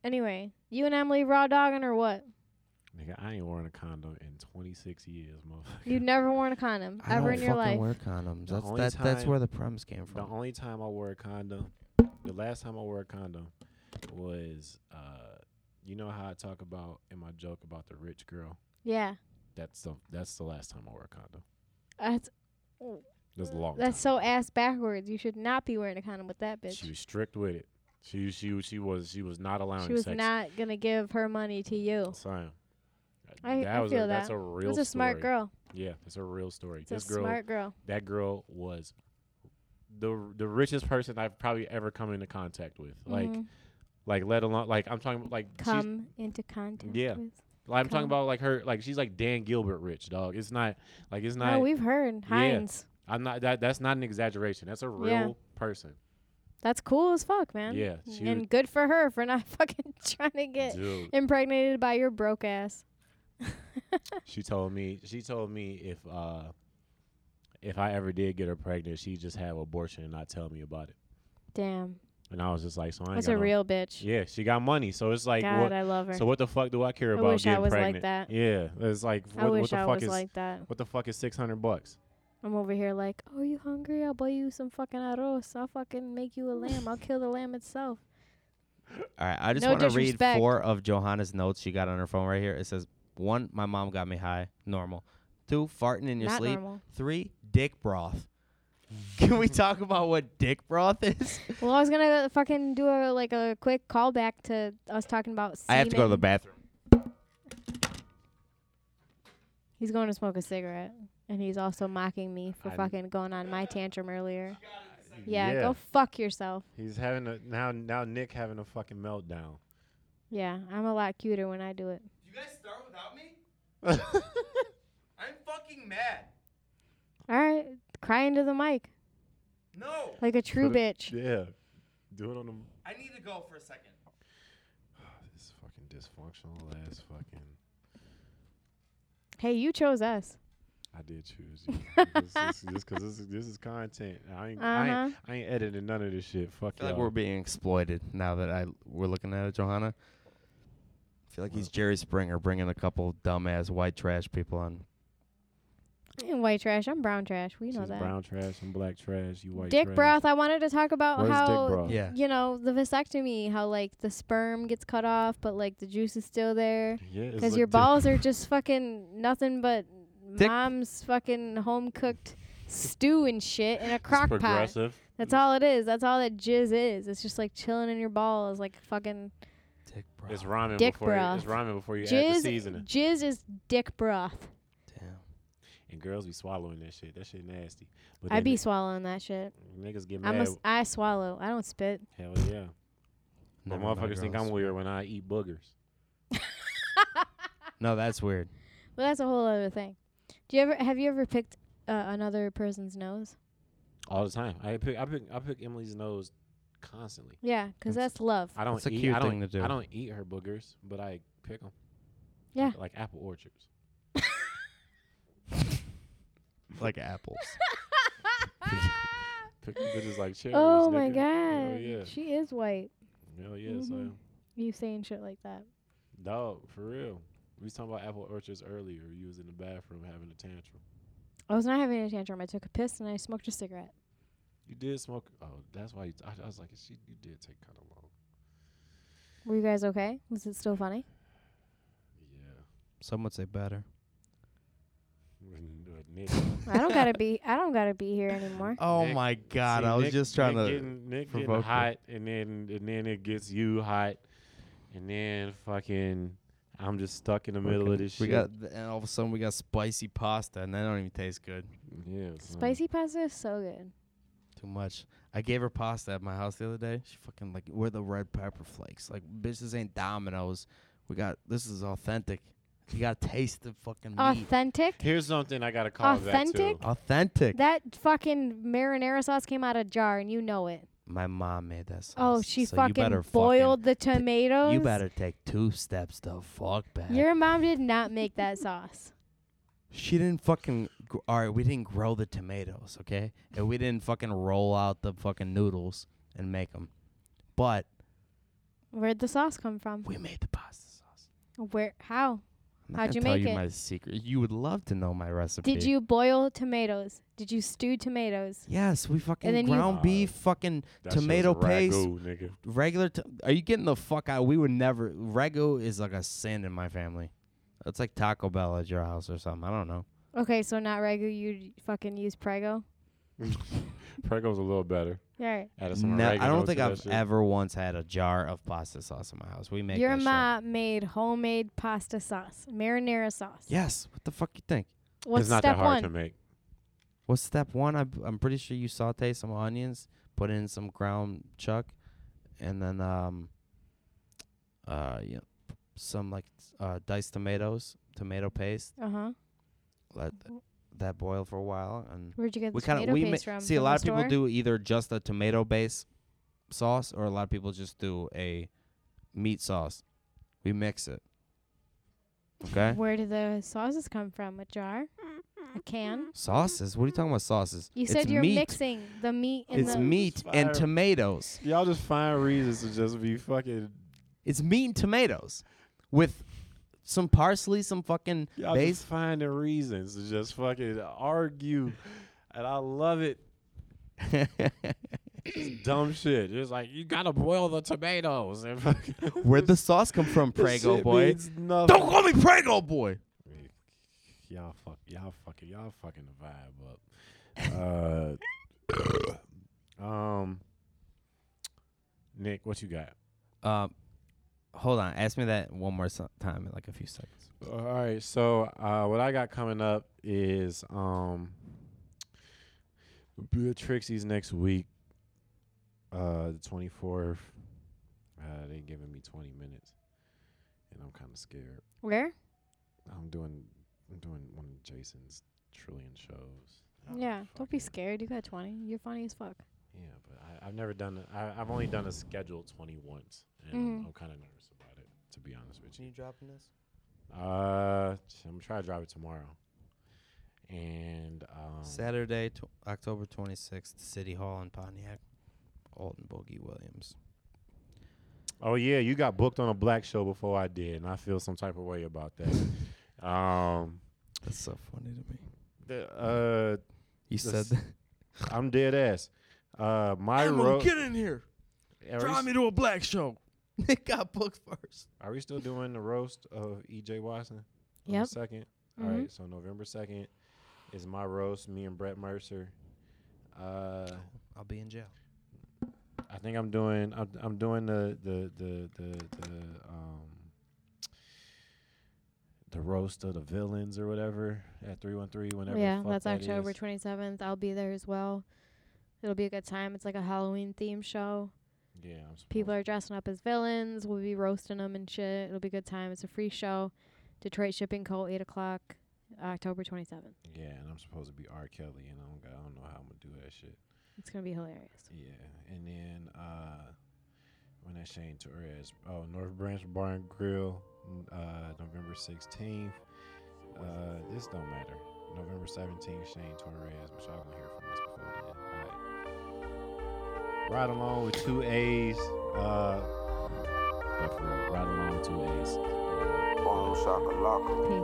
Anyway, you and Emily raw dogging or what? Nigga, I ain't worn a condom in 26 years, motherfucker. You've never worn a condom I ever don't in your fucking life. wear condoms. The That's only that, that's time- where the premise came from. The only time I wore a condom, the last time I wore a condom was, uh, you know how I talk about in my joke about the rich girl. Yeah, That's the that's the last time I wore a condom. that's That's a long. that's time. so ass backwards. You should not be wearing a condom with that bitch. She was strict with it. She she was- she was she was not allowing. She was sex. not gonna give her money to you. Sam. I- I was feel a, That's that. a real. It was a smart story. girl. Yeah, it's a real story. It's this a girl, smart girl. that girl was the the richest person I've probably ever come into contact with. Like Mhm. like let alone like I'm talking about like she's come into contact. Yeah. With. Like, I'm Come. talking about like her, like she's like Dan Gilbert rich, dog. It's not like it's not. no, Oh, we've heard Heinz. I'm not that. That's not an exaggeration. That's a real Yeah. person. That's cool as fuck, man. Yeah, she and was- good for her for not fucking trying to get Dude, impregnated by your broke ass. she told me. She told me if uh if I ever did get her pregnant, she'd just have abortion and not tell me about it. Damn, And I was just like, so I ain't that's got a no- real bitch. Yeah, she got money, so it's like, God, what, I love her. so what the fuck do I care about wish I getting was like pregnant? that. Yeah, it's like I what, wish what the I fuck was is like that. what the fuck is six hundred bucks? I'm over here like, oh, you hungry? I'll buy you some fucking arroz. I'll fucking make you a lamb. I'll kill the lamb itself. All right, I just No want to read disrespect. four of Johanna's notes she got on her phone right here. It says one, my mom got me high, normal. Two, farting in your not sleep. normal. Three, dick broth. Can we talk about what dick broth is? Well, I was gonna fucking do a like a quick callback to us talking about. I have to go to the semen. bathroom. He's going to smoke a cigarette, and he's also mocking me for I'm- fucking going on my tantrum earlier. Yeah, Yeah, go fuck yourself. he's having a now now Nick having a fucking meltdown. Yeah, I'm a lot cuter when I do it. You guys start without me? I'm fucking mad. All right, cry into the mic No, like a true Put bitch. Yeah, do it on the I need to go for a second. This fucking dysfunctional ass fucking. Hey, you chose us. I did choose you. this, is, this, cause this, is, this is content. I ain't, I, ain't, I ain't editing none of this shit. Fuck I feel like y'all. we're being exploited now that I we're looking at it, Johanna. I feel like he's Jerry Springer bringing a couple dumbass white trash people on. I ain't Uh-huh. white trash. I'm brown trash. We She's know that. brown trash and black trash. You white dick trash. broth. I wanted to talk about What is dick how broth? Yeah. you know the vasectomy, how like the sperm gets cut off, but like the juice is still there. Yeah, it's Because like your dick- balls are just fucking nothing but Dick- mom's fucking home cooked stew and shit in a It's crock pot. progressive. That's all it is. That's all that jizz is. It's just like chilling in your balls, like fucking Dick broth. It's ramen Dick before you, broth. it's ramen before you add the jizz. seasoning. Jizz is dick broth. Damn. And girls be swallowing that shit. That shit nasty. But I'd then be swallowing that shit. niggas get I'm mad. a s- I swallow. I don't spit. Hell yeah. But Never met a motherfuckers think girl I'm who's- weird when I eat boogers. No, that's weird. Well, that's a whole other thing. Do you ever have you ever picked uh, another person's nose? all the time. I pick I pick I pick Emily's nose constantly. Yeah, 'cause It's- that's love. I don't That's a eat cute I don't, thing to do. I don't eat her boogers, but I pick them. Yeah. Like, like apple orchards. like apples. Pick them bitches like cherries. oh my nigga. god, Hell yeah. she is white. Hell yeah, Mhm. so You saying shit like that? Mm-hmm. dog, for real. We was talking about apple orchards earlier. You was in the bathroom having a tantrum. I was not having a tantrum. I took a piss and I smoked a cigarette. You did smoke. Oh, that's why you. I, I was like, she, you did take kind of long. Were you guys okay? Was it still funny? Yeah. Some would say better. Nick, I don't gotta be. I don't gotta be here anymore. Oh Nick- my god, see, I was Nick- just trying Nick to Getting, Nick getting provoke you. hot, and then and then it gets you hot, and then fucking, I'm just stuck in the middle of Fucking- this we shit. got th- and all of a sudden we got spicy pasta and that don't even taste good. yeah, Mm. son. Spicy pasta is so good. Too much. I gave her pasta at my house the other day. She fucking like where the red pepper flakes. Like bitch, this ain't Domino's. We got this is authentic. You got to taste the fucking meat. Authentic. Here's something I gotta call Authentic? back to. Authentic. That fucking marinara sauce came out of a jar, and you know it. my mom made that sauce. Oh, she so you better fucking fucking- boiled the tomatoes. you better take two steps to fuck back. Your mom did not make that sauce. She didn't fucking. gr- All right, we didn't grow the tomatoes, okay, and we didn't fucking roll out the fucking noodles and make 'em. But Where'd the sauce come from? we made the pasta sauce. Where? How? I'm not How'd gonna you tell make you it? My secret. You would love to know my recipe. Did you boil tomatoes? Did you stew tomatoes? Yes, we fucking then you- ground Uh, beef, fucking That shit's tomato paste, ragu, nigga. regular. T- are you getting the fuck out? We would never. Ragu is like a sin in my family. It's like Taco Bell at your house or something. I don't know. Okay, so not ragu. You fucking use prego. Prego's a little better. All right. Added some Ne- I oregano don't to think that I've shit. ever once had a jar of pasta sauce in my house. We make Your that shit. ma made homemade pasta sauce, marinara sauce. Yes. What the fuck you think? What's it's not step that hard one? to make. What's step one? I, I'm pretty sure you saute some onions, put in some ground chuck, and then um, uh, you know, some like uh, diced tomatoes, tomato paste. Uh huh. Let that boil for a while, and Where'd you get we Mm-hmm. the kind tomato of we ma- paste from? see a From the lot of people store? do either just a tomato base sauce, or a lot of people just do a meat sauce. We mix it. Okay. Where do the sauces come from? A jar? A can? Sauces? What are you talking about sauces? You It's said you're meat. mixing the meat and It's the meat and Fire. tomatoes. Y'all just find reasons to just be fucking. It's meat and tomatoes with some parsley, some fucking Y'all base. just finding reasons to just fucking argue, and I love it. Dumb shit. It's like you gotta boil the tomatoes and fucking. Where'd the sauce come from, This Prego shit boy? means nothing. Don't call me Prego boy. Y'all fuck. Y'all fucking. Y'all fucking the vibe up. Uh, um, Nick, what you got? Um, hold on. Ask me that one more so- time in like a few seconds. All right. So uh, what I got coming up is um, Trixie's next week, uh, the twenty fourth. Uh, they giving me twenty minutes, and I'm kind of scared. Where? I'm doing. I'm doing one of Jason's trillion shows. I'm Yeah. Don't be fucking- scared. You got 20. You're funny as fuck. Yeah, but I, I've never done. A, I, I've only done a scheduled twenty once, and Mhm. I'm, I'm kind of nervous about it, to be honest with you. dropping this? Uh, t- I'm gonna try to drive it tomorrow, and um, Saturday, tw- October 26th, City Hall in Pontiac. Alton Boogie Williams. oh yeah, you got booked on a black show before I did, and I feel some type of way about that. um, That's so funny to me. the, uh, You That's- said that. I'm dead ass. Uh, my road. get in here. Are, we Drive s- me to a black show. It got booked first. are we still doing the roast of EJ Watson? on the Yep. Second. Mhm. right. So November second is my roast. Me and Brett Mercer. Uh, I'll be in jail. I think I'm doing I'm, I'm doing the the the the the um the roast of the villains or whatever at three one three whenever. the yeah, fuck that's that October is. 27th. I'll be there as well. It'll be a good time. It's like a Halloween theme show. Yeah, I'm supposed- People are dressing up as villains. We'll be roasting them and shit. It'll be a good time. It's a free show. Detroit Shipping Co. 8 o'clock, October 27th. Yeah, and I'm supposed to be R. Kelly, and I don't, got- I don't know how I'm gonna do that shit. It's going to be hilarious. Yeah, and then uh, when that Shane Torres, oh North Branch Bar and Grill, n- uh, November 16th. Uh, this don't matter. November 17th, Shane Torres, but y'all gonna hear from us before then. All right. Ride along with two A's. Uh, but for real, ride along with two A's. Boom, shakalaka.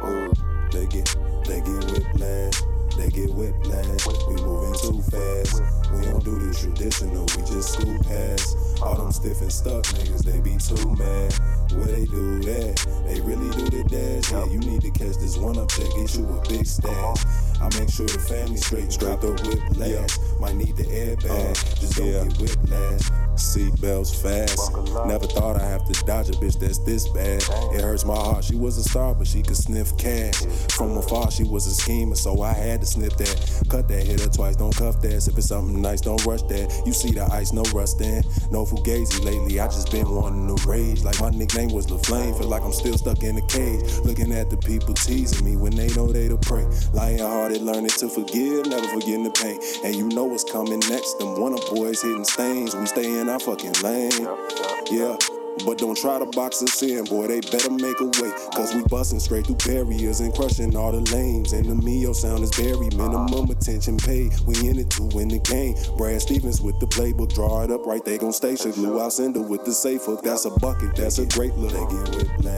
Peace. Ooh, they get, they get whiplash, they get whiplash. We moving too fast. We don't do the traditional, we just scoop past. All them stiff and stuck niggas, they be too mad. Where they do that? They really do the dash. Yeah, you need to catch this one up that get you a big stash. I make sure the family straight, drop the whiplash. Might need the airbag, just don't get whiplash. Uh, Seatbelts fast. Never thought I'd have to dodge a bitch that's this bad. It hurts my heart. She was a star, but she could sniff cash. From afar, she was a schemer, so I had to sniff that. Cut that, hit her twice, don't cuff that. If it's something nice, don't rush that. You see the ice, no rusting. No fugazi lately, I just been wanting to rage. Like my nickname was LaFlame, feel like I'm still stuck in a cage. Looking at the people teasing me when they know they to pray. Lion hearted, learning to forgive, never forgetting the pain. And you know what's coming next. Them one of boys hitting stains, we stay in our fucking lane. Yeah. But don't try to box us in, boy, they better make a way. Cause we bustin' straight through barriers and crushing all the lanes. And the Mio sound is buried, minimum attention paid. We in it to win the game. Brad Stevens with the playbook, draw it up right, they gon' stay shook. Lou Alcindor with the safe hook, that's a bucket, that's a great look. They get whiplash,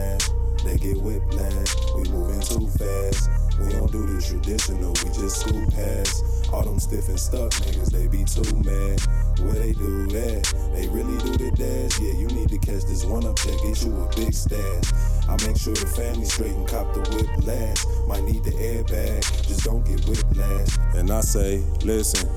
they get whiplash. We moving too fast, we don't do the traditional, we just scoop past. All them stiff and stuck niggas, they be too mad. Where they do that, they really do the dash. Yeah, you need to catch this one up that gets you a big stash. I make sure the family straight and cop the whiplash. Might need the airbag, just don't get whiplash. And I say, listen.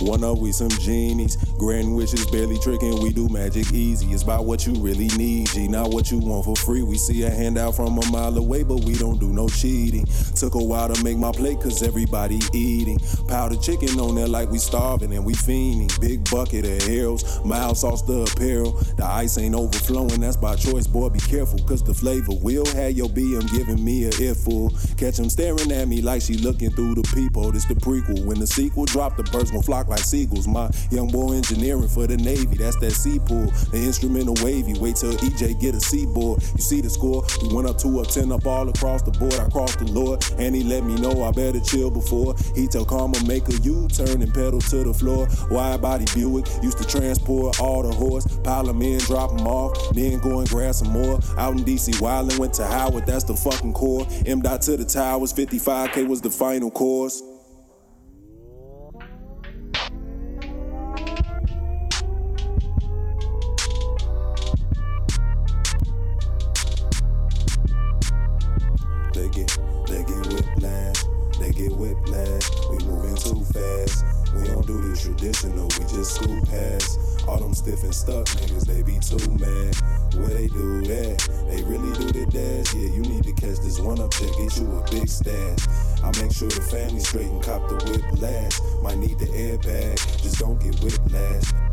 One up, we some genies. Grand wishes barely tricking. We do magic easy. It's about what you really need, G. Not what you want for free. We see a handout from a mile away, but we don't do no cheating. Took a while to make my plate, cause everybody eating. Powdered chicken on there like we starving and we fiending. Big bucket of arrows, mild sauce the apparel. The ice ain't overflowing, that's by choice, boy. Be careful, cause the flavor will have your BM giving me a earful. Catch 'em staring at me like she looking through the people. This the prequel. When the sequel drop, the birds gon' flock like seagulls. My young boy engineering for the Navy, that's that sea pool. The instrumental wavy, wait till EJ get a seaboard. You see the score? We went up two up, ten up all across the board. I crossed the Lord, and he let me know I better chill before. He tell Karma make a U turn and pedal to the floor. Wide body Buick used to transport all the horse. Pile 'em in, drop 'em off, then go and grab some more. Out in DC, Wildin' went to Howard, that's the fucking core. M. Dot to the towers, 55K was the final course. They get, they get whiplash, they get whiplash. We moving too fast. We don't do the traditional, we just scoop past. All them stiff and stuck niggas, they be too mad. Where they do that, they really do the dash. Yeah, you need to catch this one up that get you a big stash. I make sure the family straight and cop the whiplash. Might need the airbag, just don't get whiplash.